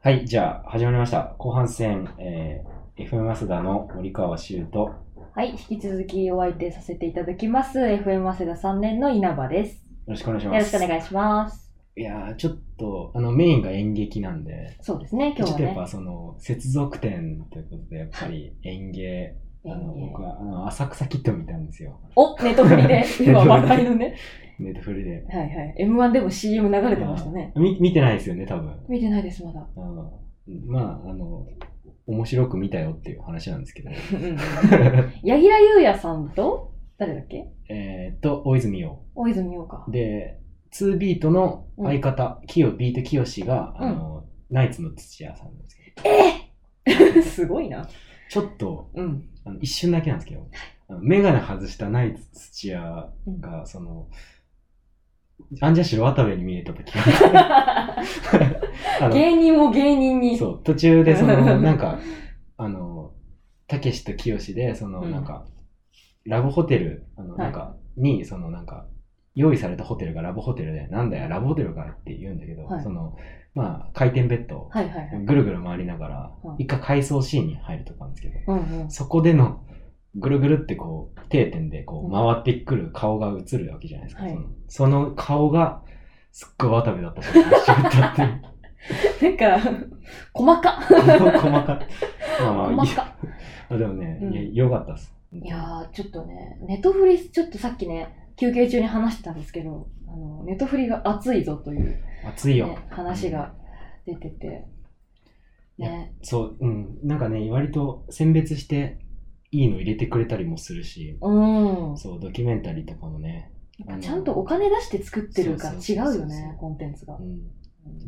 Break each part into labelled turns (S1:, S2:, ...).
S1: はい、じゃあ始まりました。後半戦、えー、FM マスダの森川修と、よ
S2: はい、引き続きお相手させていただきます。FM 早稲田3年の稲葉です。
S1: ろしくお願いし
S2: よ
S1: ま
S2: ろし
S1: す。
S2: くお願いします。
S1: いやー、ちょっと、あの、メインが演劇なんで、
S2: そうですね、今
S1: ちょっ
S2: 日は
S1: とやっ
S2: ね。
S1: ぱその、接続点ということで、やっぱり演芸、あの、
S2: 演芸
S1: 僕は、あの、浅草キッド見たんですよ。
S2: お、 ネットフリで、今話題のね。
S1: ネットフリで。
S2: はいはい。M1 でも CM 流れてましたね。
S1: あーみ見てないですよね、多分。
S2: 見てないです、まだ。
S1: あのまあ、あの、面白く見たよっていう話なんですけど。
S2: 柳楽優弥さんと、誰だっけ
S1: えーっと、大泉洋。
S2: 大泉洋か。
S1: で、2ビートの相方、キヨビートキヨシが、
S2: うん
S1: あの、ナイツの土屋さんなんですけど、
S2: すごいな。
S1: ちょっと、
S2: うん。
S1: あの一瞬だけなんですけど、あのメガネ外したナイツ土屋
S2: うん
S1: が、その、アンジャッシュの渡部に見えた時が あの、
S2: 芸人も芸人に。
S1: そう、途中でそ の、なんか、あの、たけしときよしで、その、
S2: うん
S1: なんか、ラブホテル、あの、
S2: はい
S1: なんか、に、その、なんか、用意されたホテルがラブホテルで、なんだよ、ラブホテルかって言うんだけど、
S2: はい
S1: その、まあ、回転ベッド、
S2: はいはいはい。
S1: ぐるぐる回りながら
S2: うん、
S1: 一回回想シーンに入るとこあるんですけど、
S2: うんうん。
S1: そこでの、ぐるぐるってこう、定点でこ
S2: う
S1: うん回ってくる顔が映るわけじゃないですか。
S2: はい
S1: そのその顔が、すっごい渡部だったし、一緒だったっていう。
S2: なんか、細か。
S1: 細かっ。まあまあ、い
S2: 細
S1: い
S2: か。
S1: あでもね、
S2: うん
S1: いやよかったっす。
S2: いやー、ちょっとね、ネトフリ、ちょっとさっきね、休憩中に話してたんですけど、あのネトフリが熱いぞという、ね、
S1: 暑いよ。
S2: 話が出てて、ね、
S1: そう、うん。なんかね、割と選別していいの入れてくれたりもするし、
S2: うん、
S1: そう、ドキュメンタリーとかもね、
S2: なんかちゃんとお金出して作ってるから
S1: そう
S2: 違
S1: そう
S2: う
S1: そうそう
S2: よね、コンテンツが
S1: う。ん、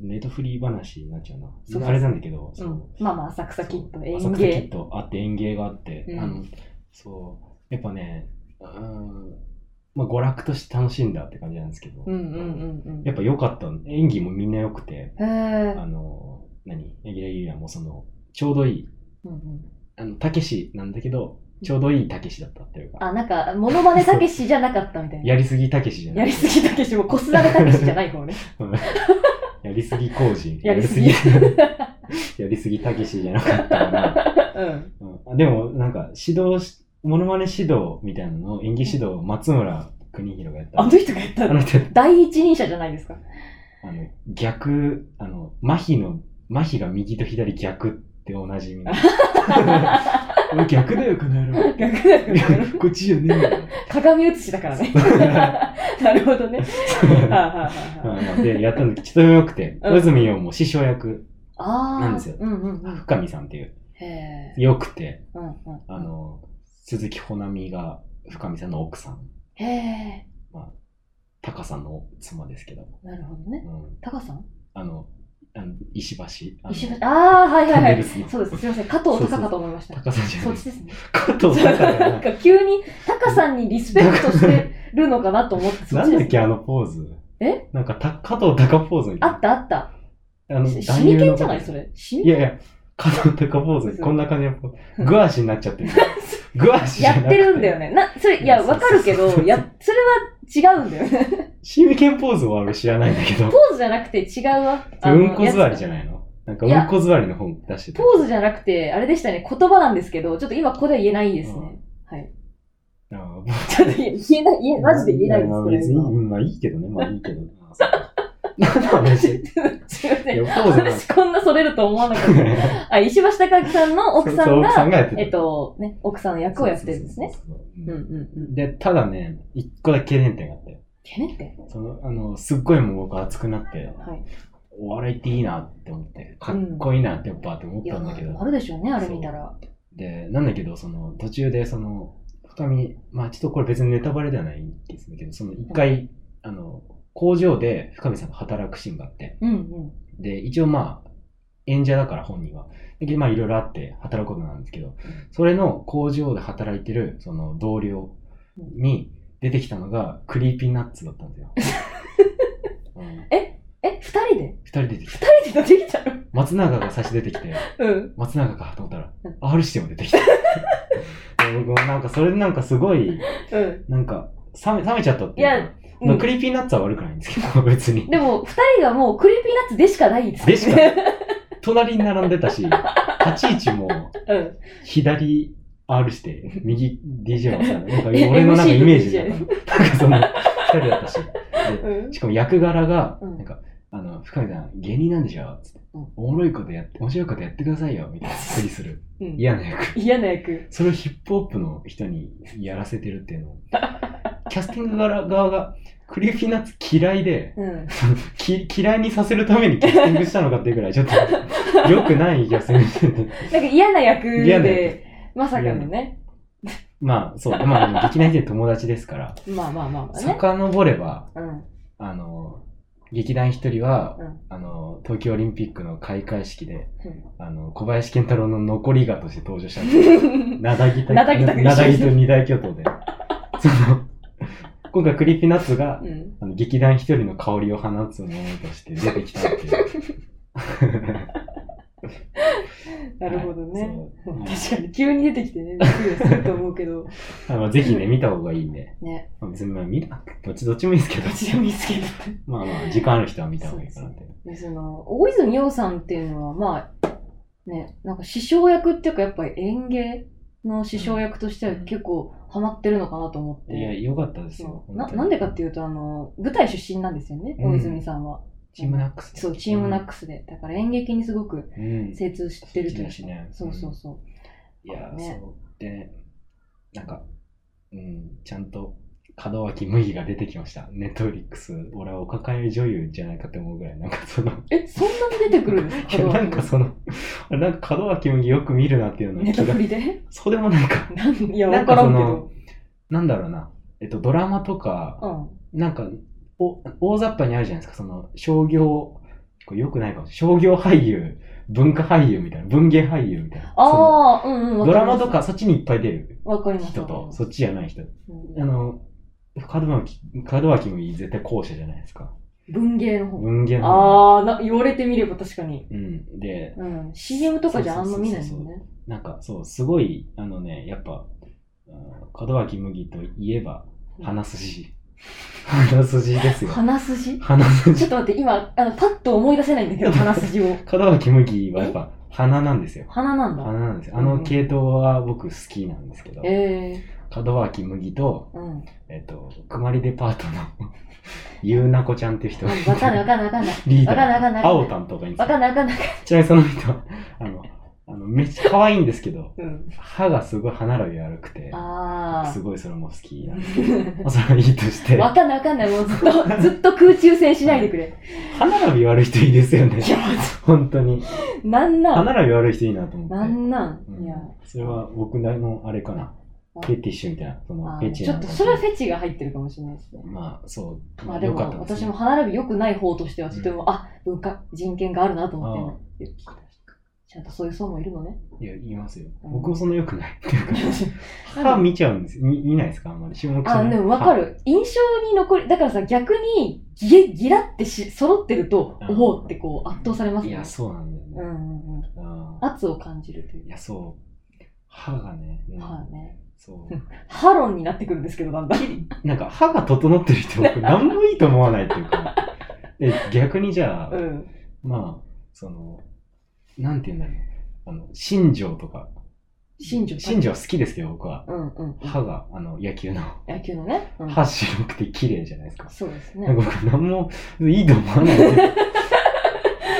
S1: ネットフリー話になっちゃうな。
S2: そうそう
S1: あれなんだけど、
S2: う
S1: そ
S2: ん
S1: う。、
S2: まあまあ、浅草キッド、
S1: そう
S2: 園
S1: 浅草キッ
S2: 芸。
S1: ドあって、園芸があって、
S2: うん
S1: あの、そう、やっぱね、うん、まあ、娯楽として楽しんだって感じなんですけど、
S2: うんうんうんうん。
S1: やっぱ良かった。演技もみんな良くて、
S2: へえ。
S1: あの、何柳楽優弥もその、ちょうどいい、
S2: うんうん
S1: あの、たけしなんだけど、ちょうどいいたけしだったっていうか、
S2: あ、なんか、モノマネたけしじゃなかったみたいな。
S1: やりすぎたけしじゃな
S2: や
S1: い。
S2: りすぎたけしも、コスダレたけしじゃない方ね。
S1: やりすぎ工事。
S2: やりす ぎ
S1: やりすぎ やりすぎたけしじゃなかった な。
S2: うん。
S1: うん、でも、なんか、指導し、モノマネ指導みたいなのを演技指導を松村邦弘がやった。
S2: あの人がやった
S1: あ
S2: の
S1: の人、
S2: 第一人者じゃないですか。
S1: あの、逆、あの、麻痺の、麻痺が右と左逆っておなじみの。 おい逆だよ、この野郎。
S2: 逆だよね。
S1: こっちじゃねえよ。
S2: 鏡写しだからね。なるほどね。はあ、はあはあは
S1: うんで、やったんだけど、ちょっとよくて、
S2: うん
S1: 大泉洋も師匠役、
S2: ああー。
S1: なんですよ
S2: うんうんうん。
S1: 深見さんっていう、
S2: へえ。
S1: よくて、
S2: うんうん。
S1: あの、鈴木保奈美が深見さんの奥さん、
S2: へえ。
S1: タカさんの妻ですけど、
S2: なるほど
S1: う
S2: ね。
S1: ん、
S2: タカさん
S1: あの、あの石橋、あの
S2: 石橋。ああ、はいはいは
S1: キャンベル
S2: い
S1: スの。
S2: そうです。すいません。加藤タカかと思いました
S1: タ。カさんじゃ
S2: そ
S1: な
S2: っ
S1: い
S2: ち、ですね。
S1: 加藤タカだ
S2: なん
S1: な。
S2: か急にタカさんにリスペクトしてるのかなと思って、そ
S1: な
S2: っち
S1: ん
S2: で
S1: だ
S2: す
S1: っ
S2: ね。
S1: け、あのポーズ。
S2: え
S1: なんかた、加藤タカポーズみた
S2: あ
S1: いな
S2: ったあった。
S1: あの、
S2: しシ
S1: 男
S2: ミ
S1: 優
S2: ケ
S1: の
S2: ンじゃないそれ。シミ
S1: いやいや、加藤タカポーズ、こんな感じのポーズ。グアシになっちゃ ってる。グアシじゃ
S2: や
S1: なく
S2: ってるんだよね。な、それ、いや、わかるけど、や、それは違うんだよね。
S1: シミケンポーズは俺知らないんだけど
S2: ポ。ーズじゃなくて違うわ。あの
S1: うんこ座りじゃないのなんかうんこ座りの本出してた
S2: ポ。ーズじゃなくて、あれでしたね、言葉なんですけど、ちょっと今ここでは言えないですね。はい。
S1: ああ
S2: ちょっと言え言えない、言え、マジで言えないです、
S1: まあ
S2: これ
S1: 別に、
S2: 今。
S1: うんまあいいけどね、まあいいけど。ああそうか何の話い
S2: すいませ
S1: や、
S2: ん。
S1: ポーズなん
S2: 私こんなそれると思わなかった。あ、石橋貴明さんの奥さ
S1: そうん奥さ
S2: が、
S1: んがやってた。
S2: えっと、ね、奥さんの役をやってるんですね。
S1: そうそうそう
S2: うん
S1: そうう。
S2: んうん。
S1: で、ただね、一個だけ懸念点があって、
S2: ケネって
S1: その、あの、すっごいもう僕熱くなって、
S2: はい。
S1: お笑いっていいなって思って、かっこいいなってやっぱって思っ
S2: いや、
S1: たんだけど、
S2: あるでしょうね、あれ見たら。
S1: で、なんだけど、その、途中で、その、深見、まあちょっとこれ別にネタバレではないんですけど、その一回、あの、工場で深見さんが働くシーンがあって、
S2: うんうん。
S1: で、一応まあ、演者だから本人は。で、まあいろいろあって働くことなんですけど、それの工場で働いてる、その同僚に出てきたのが、クリーピーナッツだったんですよ。うん
S2: え、二人で
S1: 二人出てきた。
S2: 二人でできたの
S1: 松永が最初出てきて、
S2: うん。
S1: 松永かと思ったら
S2: うん、
S1: R しても出 てきた。で僕もなんか、それでなんかすごい、
S2: うん。
S1: なんか、冷め、冷めちゃったっていうか
S2: いやうん
S1: まあクリーピーナッツは悪くないんですけど、別に。
S2: でも、二人がもうクリーピーナッツでしかないですよ
S1: でしかない隣に並んでたし、立ち位置も
S2: うん。
S1: 左 R して、右 DJ はさ、なんか俺のなんかイメージだから、なんかその、二人だったし。で
S2: うん
S1: しかも役柄が、
S2: うん
S1: なんか、あの、深見さん、芸人なんでしょつって、
S2: うん
S1: おもろいことやって、面白いことやってくださいよ、みたいなふりする。
S2: うん。
S1: 嫌な役。
S2: 嫌な役。
S1: それをヒップホップの人にやらせてるっていうのを。キャスティング側側が、クリーピーナッツ嫌いで、
S2: うん。
S1: き嫌いにさせるためにキャスティングしたのかっていうくらい、ちょっと、良くないキャスティングしてて。
S2: なんか嫌な役
S1: 嫌な役
S2: で、まさかのね。
S1: まあ、そう、まあ、でも劇団一で友達ですから、
S2: まあまあまあまあね。
S1: 遡れば、
S2: うん。
S1: あの、劇団一人は、
S2: うん
S1: あの、東京オリンピックの開会式で、
S2: うん
S1: あの、小林健太郎の残りがとして登場したんです。
S2: うん
S1: なだぎと、
S2: なだぎと一緒に
S1: なだぎと二大巨頭で。その、今回クリーピーナッツが、
S2: うん。
S1: あの劇団一人の香りを放つものとして出てきたっていう。
S2: なるほど
S1: はい
S2: ね。。
S1: そうはい
S2: 確かに急に出てきてね、びっくりはすると思うけ ど。
S1: あのぜひね、見た方がいいんで。
S2: ね。
S1: まあ別にまあ見などっちどっちもいいですけど
S2: ど。っちでもいいですけど。
S1: まあまあ、時間ある人は見た方がいいかなって。
S2: で、その、大泉洋さんっていうのは、まあ、ね、なんか師匠役っていうか、やっぱり演芸の師匠役としては結構ハマってるのかなと思って。
S1: いや、良かったですよ
S2: そ。うななんでかって
S1: いう
S2: いうとあの舞台出身なんですよね
S1: うん
S2: 大泉さんは、
S1: チームナックス。
S2: そうチームナックスで、だから演劇にすごく
S1: うん。
S2: 精通してるとい
S1: 好き
S2: う
S1: だしね
S2: そうそうそう
S1: いやー、
S2: ね
S1: そう。でね、なんか、うん、ちゃんと、門脇麦が出てきました。ネットフリックス。俺はお抱え女優じゃないかって思うぐらい、なんかその、
S2: えそんなに出てくるんです
S1: い
S2: か
S1: や、
S2: 門脇
S1: なんかその、あれなんか門脇麦よく見るなっていうの
S2: ネ
S1: 気
S2: タ
S1: が
S2: 振、りで
S1: そうでもないか。
S2: なんいや
S1: な
S2: 分
S1: ん
S2: か
S1: から
S2: ん
S1: そ
S2: け
S1: の
S2: ど、
S1: なんだろうな、えっと、ドラマとか、
S2: うん
S1: なんか、お大雑把にあるじゃないですか、その、商業、これよくないかもしれない。商業俳優、文化俳優みたいな、文芸俳優みたいな。そ
S2: ああうんうん
S1: の
S2: わ
S1: ド
S2: り
S1: ラ
S2: ま
S1: マ
S2: す
S1: とか、そっちにいっぱい出る
S2: わかります
S1: 人
S2: わかり
S1: と、
S2: ます
S1: そっちじゃない人。
S2: うん
S1: あの、門脇、門脇も絶対後者じゃないですか。
S2: 文芸の方
S1: 文芸の方。
S2: ああな言われてみれば確かに
S1: うん。で、
S2: うん CM とかじゃあんま見ないもん
S1: そうそう
S2: ね
S1: なんかそう、すごい、あのね、やっぱ、うん門脇麦といえば、鼻筋。鼻筋ですよ。
S2: 鼻 筋
S1: 鼻筋。
S2: ちょっと待って今あのパッと思い出せないんだけど鼻筋を
S1: 門脇麦はやっぱ鼻なんですよ。
S2: 鼻なん
S1: 鼻
S2: だ
S1: なんですよ。あの系統は僕好きなんですけど、
S2: え
S1: 門脇麦と、
S2: えうん
S1: えっと、くまりデパートのゆうなこちゃんっていう人がいて
S2: わかんないわかんないわかんない。
S1: リーダ
S2: わかんないわかん
S1: ー、
S2: ない
S1: 青たんとかに
S2: わかんないわかんない。
S1: ちなみにその人は、あの、あのめっちゃ可愛いんですけど、
S2: うん。
S1: 歯がすごい歯並び悪くて、
S2: あ
S1: すごいそれも好きなんです
S2: あ。
S1: まあそれはいいとして、
S2: わかんないわかんない。もうずっと、ずっと空中戦しないでくれ。
S1: 歯並び悪い人いいですよね
S2: い。や、
S1: 本当に。
S2: なんな
S1: 歯
S2: ん。
S1: 並び悪い人いいなと思
S2: な
S1: って。
S2: んなん。
S1: うん
S2: いや。
S1: それは僕なりのあれかな。フェティッシュみたいな、その
S2: あ
S1: フェ
S2: ー
S1: チ
S2: ちょ
S1: な
S2: っ
S1: 感
S2: と、
S1: じ
S2: それはフェチが入ってるかもしれないですね。
S1: まあ、そう。
S2: まあで
S1: よかった
S2: も、
S1: です
S2: 私
S1: ね
S2: も歯並び良くない方としては、とて
S1: う
S2: も、あ、文化、人権があるなと思ってる。ちゃんとそういう層もいるのね。
S1: いや、言いますよ。
S2: うん
S1: 僕もそんな良くない。っていうか、歯見ちゃうんですよ。見見ないですかあんまり。注目し
S2: あ
S1: ない
S2: でも分か。る印象に残りだからさ逆にギラギラってし揃ってると
S1: うん
S2: おおってこう圧倒されま
S1: 歯
S2: す
S1: い
S2: ね
S1: や、そうなんだよ
S2: う
S1: ね。
S2: んうんうん
S1: うん
S2: 圧を感じるとい
S1: いうや、そう。歯がね、うん
S2: はいね
S1: そう
S2: う。ハロンになってくるんですけどだんだん
S1: なんか歯が整ってる 人、僕、なんもいいと思わないっていうか。え逆にじゃあ、
S2: うん
S1: まあ、その、なんて言うんだろう。あの、新庄とか。
S2: 新庄
S1: 新庄は好きですけど、僕は。
S2: うんうん
S1: 歯が、あの、野球の、
S2: 野球のね、うん
S1: 歯白くて綺麗じゃないですか。
S2: そうです
S1: なん
S2: ね
S1: か僕、なんもいいと思わないっていうか。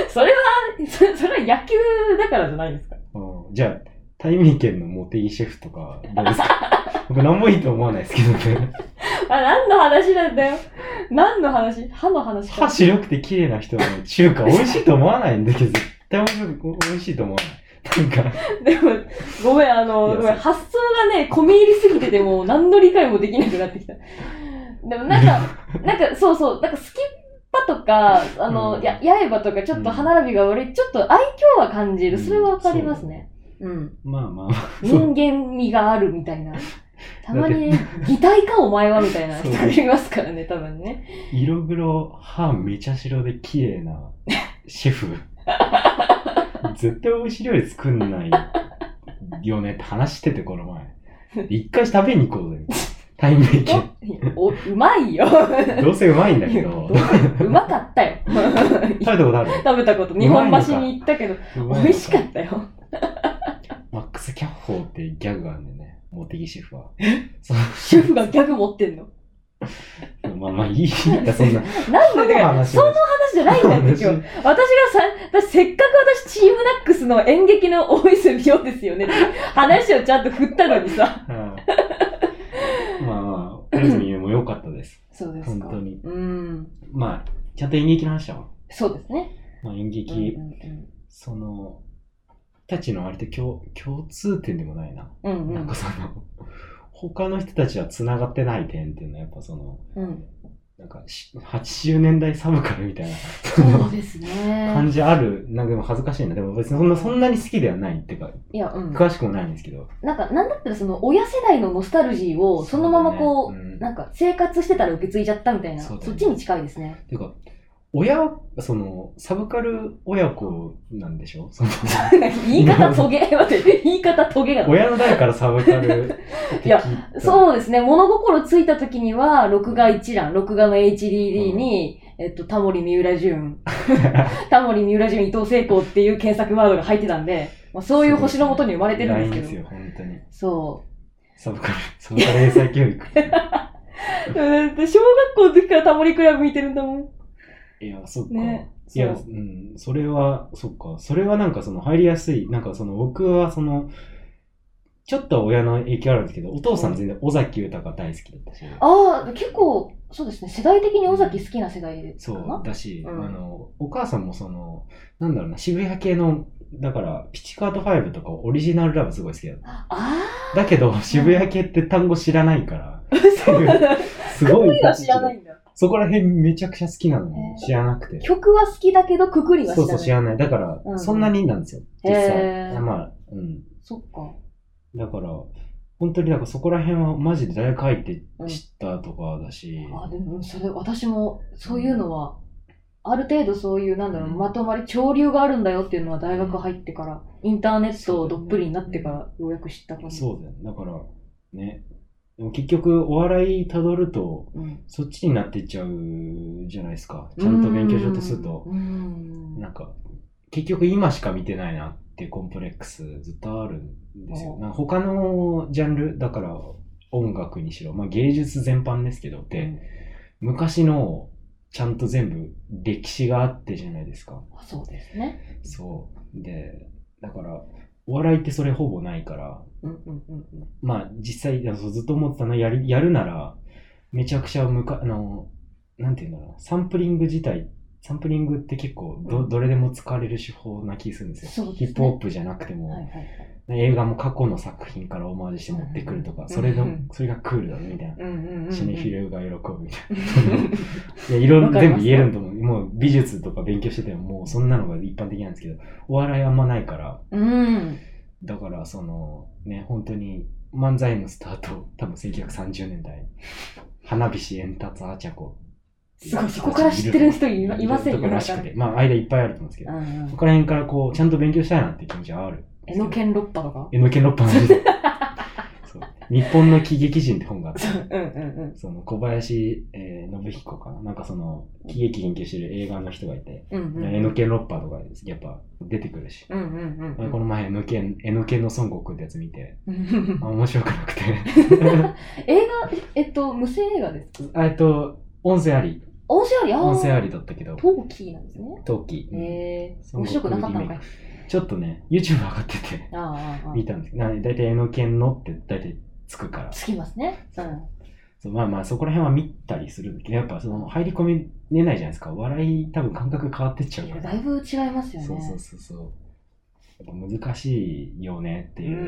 S2: それは そそれは野球だからじゃないですか
S1: うんじゃ あ、対面県の茂木シェフとか、どうですか 僕、なんもいいと思わないですけどね。
S2: あ何の話なんだよ 何の話歯の話か
S1: 歯白くて綺麗な人の中華美味しいと思わないんだけど、絶対美味しいと思わない。なんか、
S2: でもごめんあ
S1: い
S2: の
S1: や
S2: ごめん
S1: そう
S2: 発想がね込み入りすぎててもう何の理解もできなくなっ てきたでもなんかなんかそうそうなんかスキッパとかあの、
S1: うん
S2: や刃とかちょっと歯並びが悪い、ちょっと愛嬌は感じるそれはわかりますねうん
S1: まあまあまあ、そう。
S2: 人間味があるみたいな。たまにね、擬態かお前はみたいな人がいますからね、多分ね。
S1: 色黒、歯めちゃ白で綺麗なシェフ。絶対美味しい料理作んないよねって話してて、この前。一回食べに行こうぜ。対面県。
S2: おうまいよ。
S1: どうせうまいんだけど
S2: どうせうまかったよ。
S1: 食べたことある
S2: 食べたこと、
S1: うま
S2: 日
S1: いのか
S2: 本橋に行ったけど、美味しかったよ。
S1: マックス・キャッホーってギャグがあるんでね、茂木シェフは。そ
S2: 主婦がギャグ持ってんの。
S1: うまあまあいいんだ、そんな。
S2: なんでだよ。そ
S1: 話
S2: の話じゃないんだって、今日。 私がさ、私せっかく私、チームナックスの演劇の大泉洋ですよねって話をちゃんと振ったのにさ。
S1: うんまあまあ、大泉洋も良かったです。
S2: そうです
S1: 本
S2: か。
S1: 当に。
S2: うん。
S1: まあ、ちゃんと演劇の話だわ。
S2: そうですね。
S1: まあ、演劇、
S2: うん
S1: その、たちの割と共共通点でもないな。
S2: うんうん。う
S1: なん
S2: ん
S1: かその、他の人たちは繋がってない点っていうのは、やっぱその、
S2: うん。うん。
S1: なんかし80年代サブカルみたいな、そ
S2: そう
S1: の
S2: ですね。
S1: 感じある。なんかでも恥ずかしいな。でも別にそんなそんなに好きではないっていうか、
S2: いや、うん。
S1: 詳しくもないんですけど。
S2: なんか、なんだったらその親世代のノスタルジーをそのまま
S1: そ
S2: こう、
S1: うだねうん
S2: なんか生活してたら受け継いじゃったみたいな、
S1: そ
S2: そう
S1: だね
S2: っちに近いですね。
S1: ていうか、親、その、サブカル親子なんでしょ その
S2: 言い方 トゲ、待って、言い方トゲが。
S1: 親の代からサブカル的
S2: いや
S1: う。
S2: そうですね、物心ついた時には、録画一覧、録画の HDD に、えっと、タモリ三浦淳、 タモリ三浦淳伊藤聖子っていう検索ワードが入ってたんで、まあ、そういう星のもとに生まれてるんですけど。
S1: 偉いんですよ、本当に。
S2: そ
S1: サブカル、サブカル英才教 育。
S2: う。だって小学校の時からタモリクラブ見てるんだもん。
S1: いや、そっか。
S2: ね。
S1: いや、
S2: そう
S1: うん、それは、そっか。それはなんかその入りやすい。なんかその僕はその、ちょっとは親の影響あるんですけど、お父さん全然尾崎豊が大好きだったし、
S2: ああ、結構、そうですね、世代的に尾崎好きな世代か
S1: そ
S2: な
S1: う。だし、
S2: うん
S1: あの、お母さんもその、なんだろうな、渋谷系の、だから、ピチカート5とかオリジナルラブすごい好きだった。
S2: ああ
S1: だけど、渋谷系って単語知らないから、
S2: ー、そうなんだ。
S1: すごい。
S2: は知らないんだ。
S1: そこら辺めちゃくちゃ好きなの
S2: へ
S1: に
S2: ー
S1: 知らなくて。
S2: 曲は好きだけど、くくりは
S1: そ
S2: 知ら
S1: う
S2: な
S1: そう、
S2: い。
S1: 知らない。だから、
S2: うん
S1: そんなになんですよ、実
S2: へ
S1: 際。
S2: ー
S1: まあ、うん。
S2: そっか。
S1: だから、本当になんかそこら辺はマジで大学入って知ったとかだし、
S2: あでも、それ、私も、そういうのは、ある程度そういう、なんだろう、
S1: うん
S2: まとまり、潮流があるんだよっていうのは、大学入ってから、インターネットをどっぷりになってから、ようやく知った感じ。
S1: そうだよね。だから、ね。でも結局、お笑いたどると、
S2: うん。
S1: そっちになっていっちゃうじゃないですか。ちゃんと勉強しようとすると、
S2: うん。
S1: なんか、結局今しか見てないなっていうコンプレックスずっとあるんですよ
S2: う。ん
S1: なんか他のジャンル、だから音楽にしろ、まあ芸術全般ですけど、
S2: う
S1: で、
S2: ん
S1: 昔のちゃんと全部歴史があってじゃないですか。
S2: あそうですね。
S1: そう。で、だから、お笑いってそれほぼないから、
S2: うんうんうんうん。
S1: まあ実際、あのずっと思ってたのやるやるなら、めちゃくちゃむか、あの、なんていうんだろうな、サンプリング自体、サンプリングって結構ど、
S2: うん
S1: どれでも使われる手法な気するんですよ。
S2: そうで
S1: ヒ
S2: すね
S1: ップホップじゃなくても、
S2: はいはいはい。
S1: 映画も過去の作品からオマージュして持ってくるとか、
S2: うん
S1: それの
S2: うん、
S1: それがクールだね、みたいな。
S2: うんうんうん。
S1: 死ねフィルが喜ぶみたいな。いや、いろん
S2: わか
S1: な、
S2: り
S1: 全
S2: ま
S1: 部
S2: す
S1: 言えるんだもん。もう美術とか勉強してても、もうそんなのが一般的なんですけど、お笑いあんまないから、
S2: うん。
S1: だからそのね本当に漫才のスタート 多分1930年代花火円達アチャコ
S2: すごい、そこから知ってる人いまいません
S1: とからしくてまあ間いっぱいあると思うんですけ
S2: う
S1: ど、
S2: んうん
S1: そこら辺からこうちゃんと勉強したいなって気持ちはある
S2: えのけん六波とか
S1: えのけん六波の 時代そう日本の喜劇人って本があって
S2: うんうんうん
S1: その小林、えー信彦かななんかその喜劇研究してる映画の人がいて、
S2: うんうん
S1: えのけん六波とかやっぱ出てくるし、
S2: うんうんうん
S1: この前えのけんえのけんの孫悟空ってやつ見て
S2: うん
S1: あ面白く なくて
S2: 映画、えっと、無声映画ですか
S1: えっと、音声あり。
S2: 音声ありあー
S1: 音声ありだったけど、
S2: トーキーなんですね。
S1: トーキー
S2: へえ
S1: そう
S2: ー、面白くなかったのかい。
S1: ちょっとね、YouTube 上がってて、
S2: あああああ
S1: 見たんですけど、なんで大体、えのけんのって大体つくから
S2: あ。、つきますね。うん。
S1: そうまあまあ、そこら辺は見たりするんだけど、やっぱその入り込みねないじゃないですか。笑い、多分感覚変わってっちゃう
S2: い
S1: か
S2: や
S1: ら。
S2: だいぶ違いますよね。
S1: そうそうそうそう。やっぱ難しいよねっていう。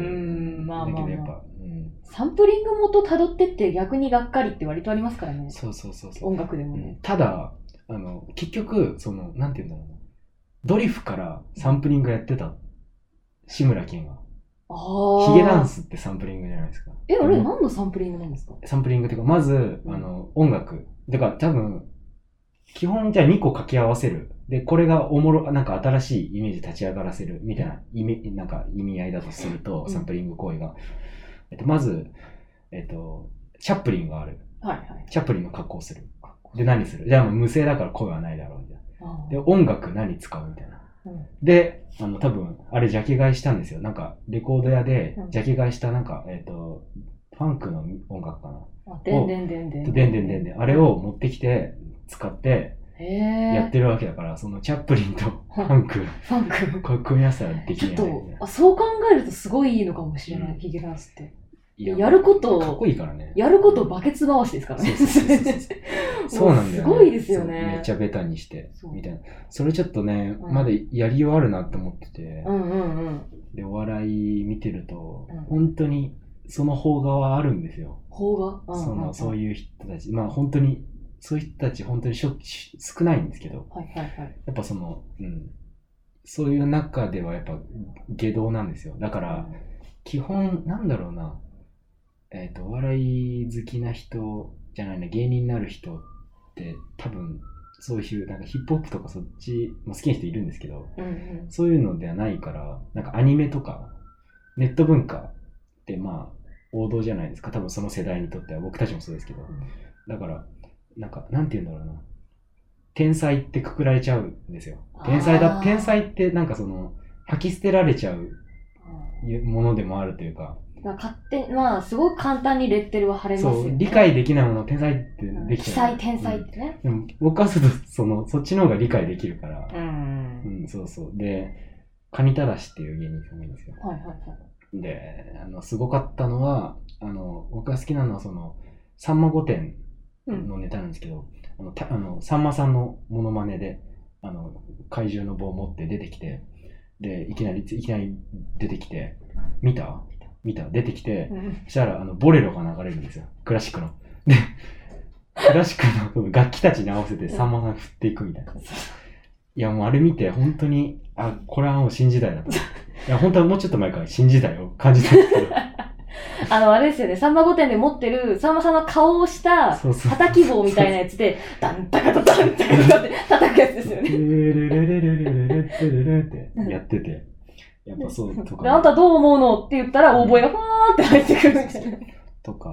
S2: うーんまあまあまあ
S1: だけどやっぱ、うん。
S2: サンプリング元たどってって逆にがっかりって割とありますからね。
S1: そうそうそうそう。
S2: 音楽でも
S1: うん
S2: ね。
S1: ただあの結局そのなんて言うんだろうなドリフからサンプリングやってた志村けんは
S2: ああ。
S1: ヒゲダン。スってサンプリングじゃないですか
S2: え、あれ
S1: でも
S2: 何のサンプリングなんですか
S1: サンプリングっていうかまず
S2: うん
S1: あの音楽だから多分基本じゃあ2個掛け合わせるでこれがおもろなんか新しいイメージ立ち上がらせるみたいな意味なんか意味合いだとすると
S2: うん
S1: サンプリング行為が、えっと、まず、えっと、チャップリンがある
S2: あはいはい。
S1: チャプリンの格好する。で、何するじゃあもう無声だから声はないだろうみたい
S2: あ
S1: な。で、
S2: ー
S1: 音楽何使うみたいな。
S2: うん
S1: で、あの、多分、あれ、ジャケ買いしたんですよ。なんか、レコード屋で
S2: う、ん
S1: ジャケ買いした、なんか、えっ、と、ファンクの音楽かな。
S2: あでんでんでんでん。
S1: でんでんでんでん。あれを持ってきて、使って、
S2: へえ。
S1: やってるわけだから、その、チャップリンとファンク、
S2: ファンク。
S1: これ組み合わせたらでき
S2: ちょ
S1: な
S2: っ
S1: い
S2: と、あそう考えるとすごいいいのかもしれない、
S1: うん
S2: ヒゲダンスって。
S1: いや
S2: やることを
S1: かっこいいからね。
S2: やることバケツ回しですからね。
S1: そうそうそうそうそうなんだよ、ね。
S2: すごいですよね
S1: そうめっちゃベタにして
S2: そ、う
S1: みたいな。それちょっとね、
S2: うん
S1: まだやりようあるなって思ってて、
S2: うんうんうん。
S1: で、お笑い見てると、
S2: うん
S1: 本当にその方がはあるんですよ。
S2: 邦画うん
S1: そのそう
S2: い
S1: いう人たち、まあ本当に、そういう人たち本当にしょっちゅう少ないんですけど、
S2: うん。はいはいはい。
S1: やっぱその、うん、そういう中ではやっぱ下道なんですよ。だから、基本、なんだろうな、えっ、と、お笑い好きな人じゃないな、芸人になる人って多分、そういう、なんかヒップホップとかそっち、まあ、好きな人いるんですけど、
S2: うんうん。
S1: そういうのではないから、なんかアニメとか、ネット文化ってまあ、王道じゃないですか。多分その世代にとっては、僕たちもそうですけど。だから、なんか、なんて言うんだろうな。天才ってくくられちゃうんですよ。天才
S2: あ
S1: だ、
S2: ー
S1: 天才ってなんかその、吐き捨てられちゃうものでもあるというか、
S2: まあ、勝手にまあ、すごく簡単にレッテルは貼れますよ、ね。
S1: そう、理解できないものを天才って
S2: うん
S1: で
S2: 奇
S1: きちゃう。
S2: 才、天才
S1: う
S2: っ
S1: ん
S2: てね。
S1: でも僕はすると、その、そっちの方が理解できるから。
S2: ん
S1: うん、そうそう。で、カニタダシっていう芸人さんがいるんですよ。
S2: はいはいはい。
S1: で、あの、すごかったのは、あの、僕が好きなのは、その、さんま御殿
S2: うん。
S1: のネタなんですけど、あの、たあのさんまさんのモノマネで、あの、怪獣の棒を持って出てきて、で、いきなり、いきなり出てきて、見た見た出てきて、
S2: うん
S1: そしたら、あの、ボレロが流れるんですよ。クラシックの。で、クラシックのその楽器たちに合わせて、さんまさん振っていくみたいな。いや、もうあれ見て、本当に、あ、これはもう新時代だと。いや、本当はもうちょっと前から新時代を感じたんですけど。
S2: あの、あれですよね、さんま御殿で持ってる、さんまさんの顔をした、
S1: そうそう。
S2: 叩き棒みたいなやつで、ダンタカタダンタカタって叩くやつですよ
S1: ル
S2: ね。
S1: ルルルルルルルルルルってやってて。やっぱそうと
S2: であん
S1: か、
S2: たどう思うのって言ったら、覚えがファーって入ってくるみたいな。
S1: とか、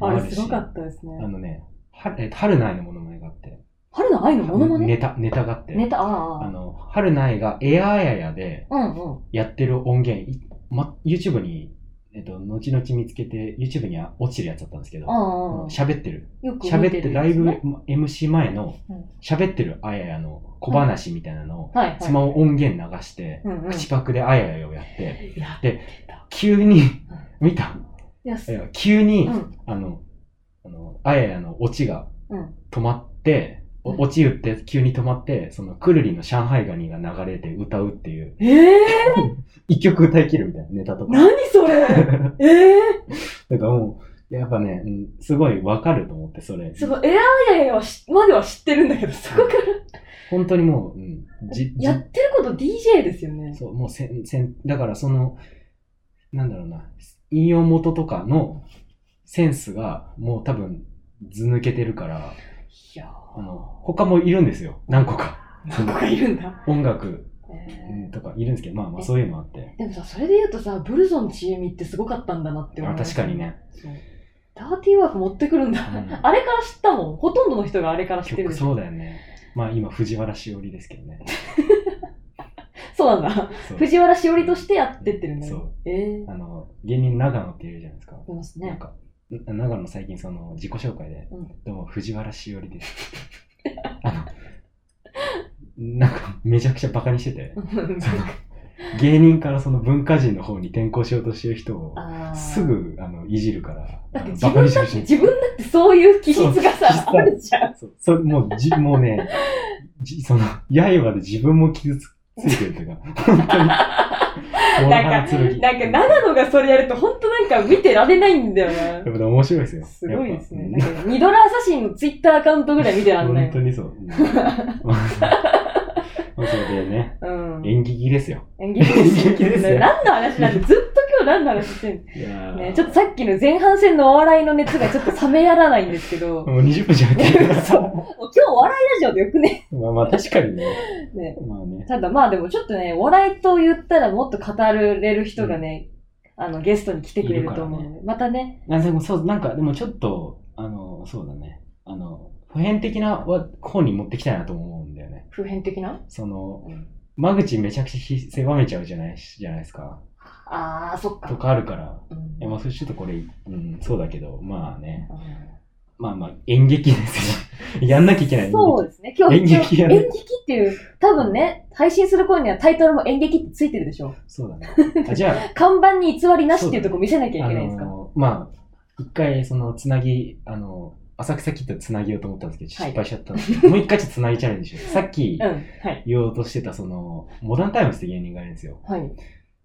S2: あれすごかったです
S1: あ
S2: ね。
S1: のね、はえっと春苗のものまねがあって。
S2: 春の愛のモノマネ
S1: ネタ、ネタがあって。
S2: ネタ、
S1: あ
S2: あ
S1: の、春苗がエアーややで、
S2: あ。うんうん。
S1: やってる音源、いま、YouTube に、えっと、後々見つけて、YouTube に落ちてるやつだったんですけど、あ
S2: あ
S1: の
S2: あ。
S1: 喋ってる。
S2: よく
S1: 喋
S2: 見
S1: ってて、
S2: る
S1: ライブ MC 前の
S2: うん、
S1: 喋ってるあややの小話みたいなのを、
S2: はいはい。
S1: スマホ音源流して、
S2: うんうん。
S1: 口パクであややをやって、
S2: いや
S1: で、急に、見た
S2: いや
S1: いや急に、
S2: うん
S1: あの、あの、あややのオチが
S2: うん
S1: 止まって、お
S2: うん
S1: オチ言って急に止まって、そのくるりの上海ガニが流れて歌うっていう、
S2: ええ
S1: 一曲歌い切るみたいなネタとか。
S2: 何 それええ
S1: だからもう、やっぱね、うん、すごいわかると思って、それ。
S2: すごい、エアーヤヤはしまでは知ってるんだけど、そこから。
S1: 本当にもう、うん、じ、じ
S2: や、ってること DJ ですよね。
S1: そう、もうせん、せん、だからその、なんだろうな、引用元とかのセンスが、もう多分、図抜けてるから、
S2: いや
S1: あの、他もいるんですよ、何個 か。
S2: ー、何個かいるんだ。
S1: 音楽う
S2: え
S1: んとかいるんですけど、まあまあそういうのもあって。
S2: ーでもさ、それで言うとさ、ブルゾンちえみってすごかったんだなって思
S1: あ
S2: う。
S1: 確かに。ね。
S2: そう。ダーティーワーク持ってくるんだ。
S1: うん
S2: あれから知ったもん。ほとんどの人があれから知ってる
S1: 曲
S2: でしょ。
S1: そうだよね。まあ今、藤原しおりですけどね。
S2: そうなんだ。
S1: そう。
S2: 藤原しおりとしてやってってるんだ
S1: そ
S2: よ
S1: う。。
S2: ええー。
S1: あの、芸人長野っているじゃないですか。
S2: います
S1: なん
S2: ね。
S1: か、な長野最近その自己紹介で、
S2: うん
S1: どうも藤原しおりです。 あの、なんかめちゃくちゃバカにしてて、その芸人からその文化人の方に転校しようとしてる人を
S2: あー
S1: す。ぐあのいじるから、
S2: だって
S1: あの
S2: 自分だって、自分だってそういう気質がさ、
S1: そう
S2: あるじゃん。
S1: そうそれもうじ、もうね、じその、刃で自分も傷ついてるというか、 本当に。
S2: なんか、なんか長野がそれやると、本当なんか見てられないんだよ
S1: でも面白いですよ。
S2: な。すごいですね。
S1: やっぱ
S2: なんか、ミドラー写真のツイッターアカウントぐらい見てらんな
S1: 本
S2: い
S1: 当。にそう。うんまあ、そうでね、
S2: うん。
S1: 演劇ですよ。
S2: 演技
S1: 演技ですよ
S2: 何の話なんて、ずっと今日何の話してん
S1: いや
S2: のね。ちょっとさっきの前半戦のお笑いの熱がちょっと冷めやらないんですけ ど、もう
S1: もう20分じゃなくて。
S2: 嘘今日お笑いラジオでよくね。
S1: まあまあ確かにね。
S2: ね
S1: まあね。
S2: ただまあでもちょっとね、お笑いと言ったらもっと語れる人がね、あの、ゲストに来てくれると思うので、またね、
S1: なんでもそう、なんかでもちょっと、あの、そうだね。あの、普遍的なは方に持ってきたいなと思うんだよね。
S2: 普遍的な
S1: その
S2: うん、
S1: 間口めちゃくちゃひ狭めちゃうじゃないしじゃないですか。
S2: ああ、そっか。
S1: とかあるから。
S2: うん
S1: いやまあ、それちょっとこれ、うん、そうだけど、まあね。
S2: うん
S1: まあまあ、演劇ですよ。や んなきゃいけない。
S2: そうですね。今日
S1: 演劇
S2: 一
S1: や
S2: 応
S1: ね
S2: 演劇っていう、多分ね、配信する頃にはタイトルも演劇ってついてるでしょ。
S1: そうだね。あじゃ あ、
S2: 看板に偽りなしっていうとこ見せなきゃい
S1: あ
S2: けないんですか。
S1: のまあ、一回、その、つなぎ、あの、浅草キッドつなぎようと思ったんですけど、
S2: はい
S1: 失敗しちゃったんですけど、もう一回ちょっとつなぎチャレン ジしよう。さっき
S2: うん。はい。
S1: 言おうとしてた、その、モダンタイムスって芸人がいるんですよ。
S2: はい。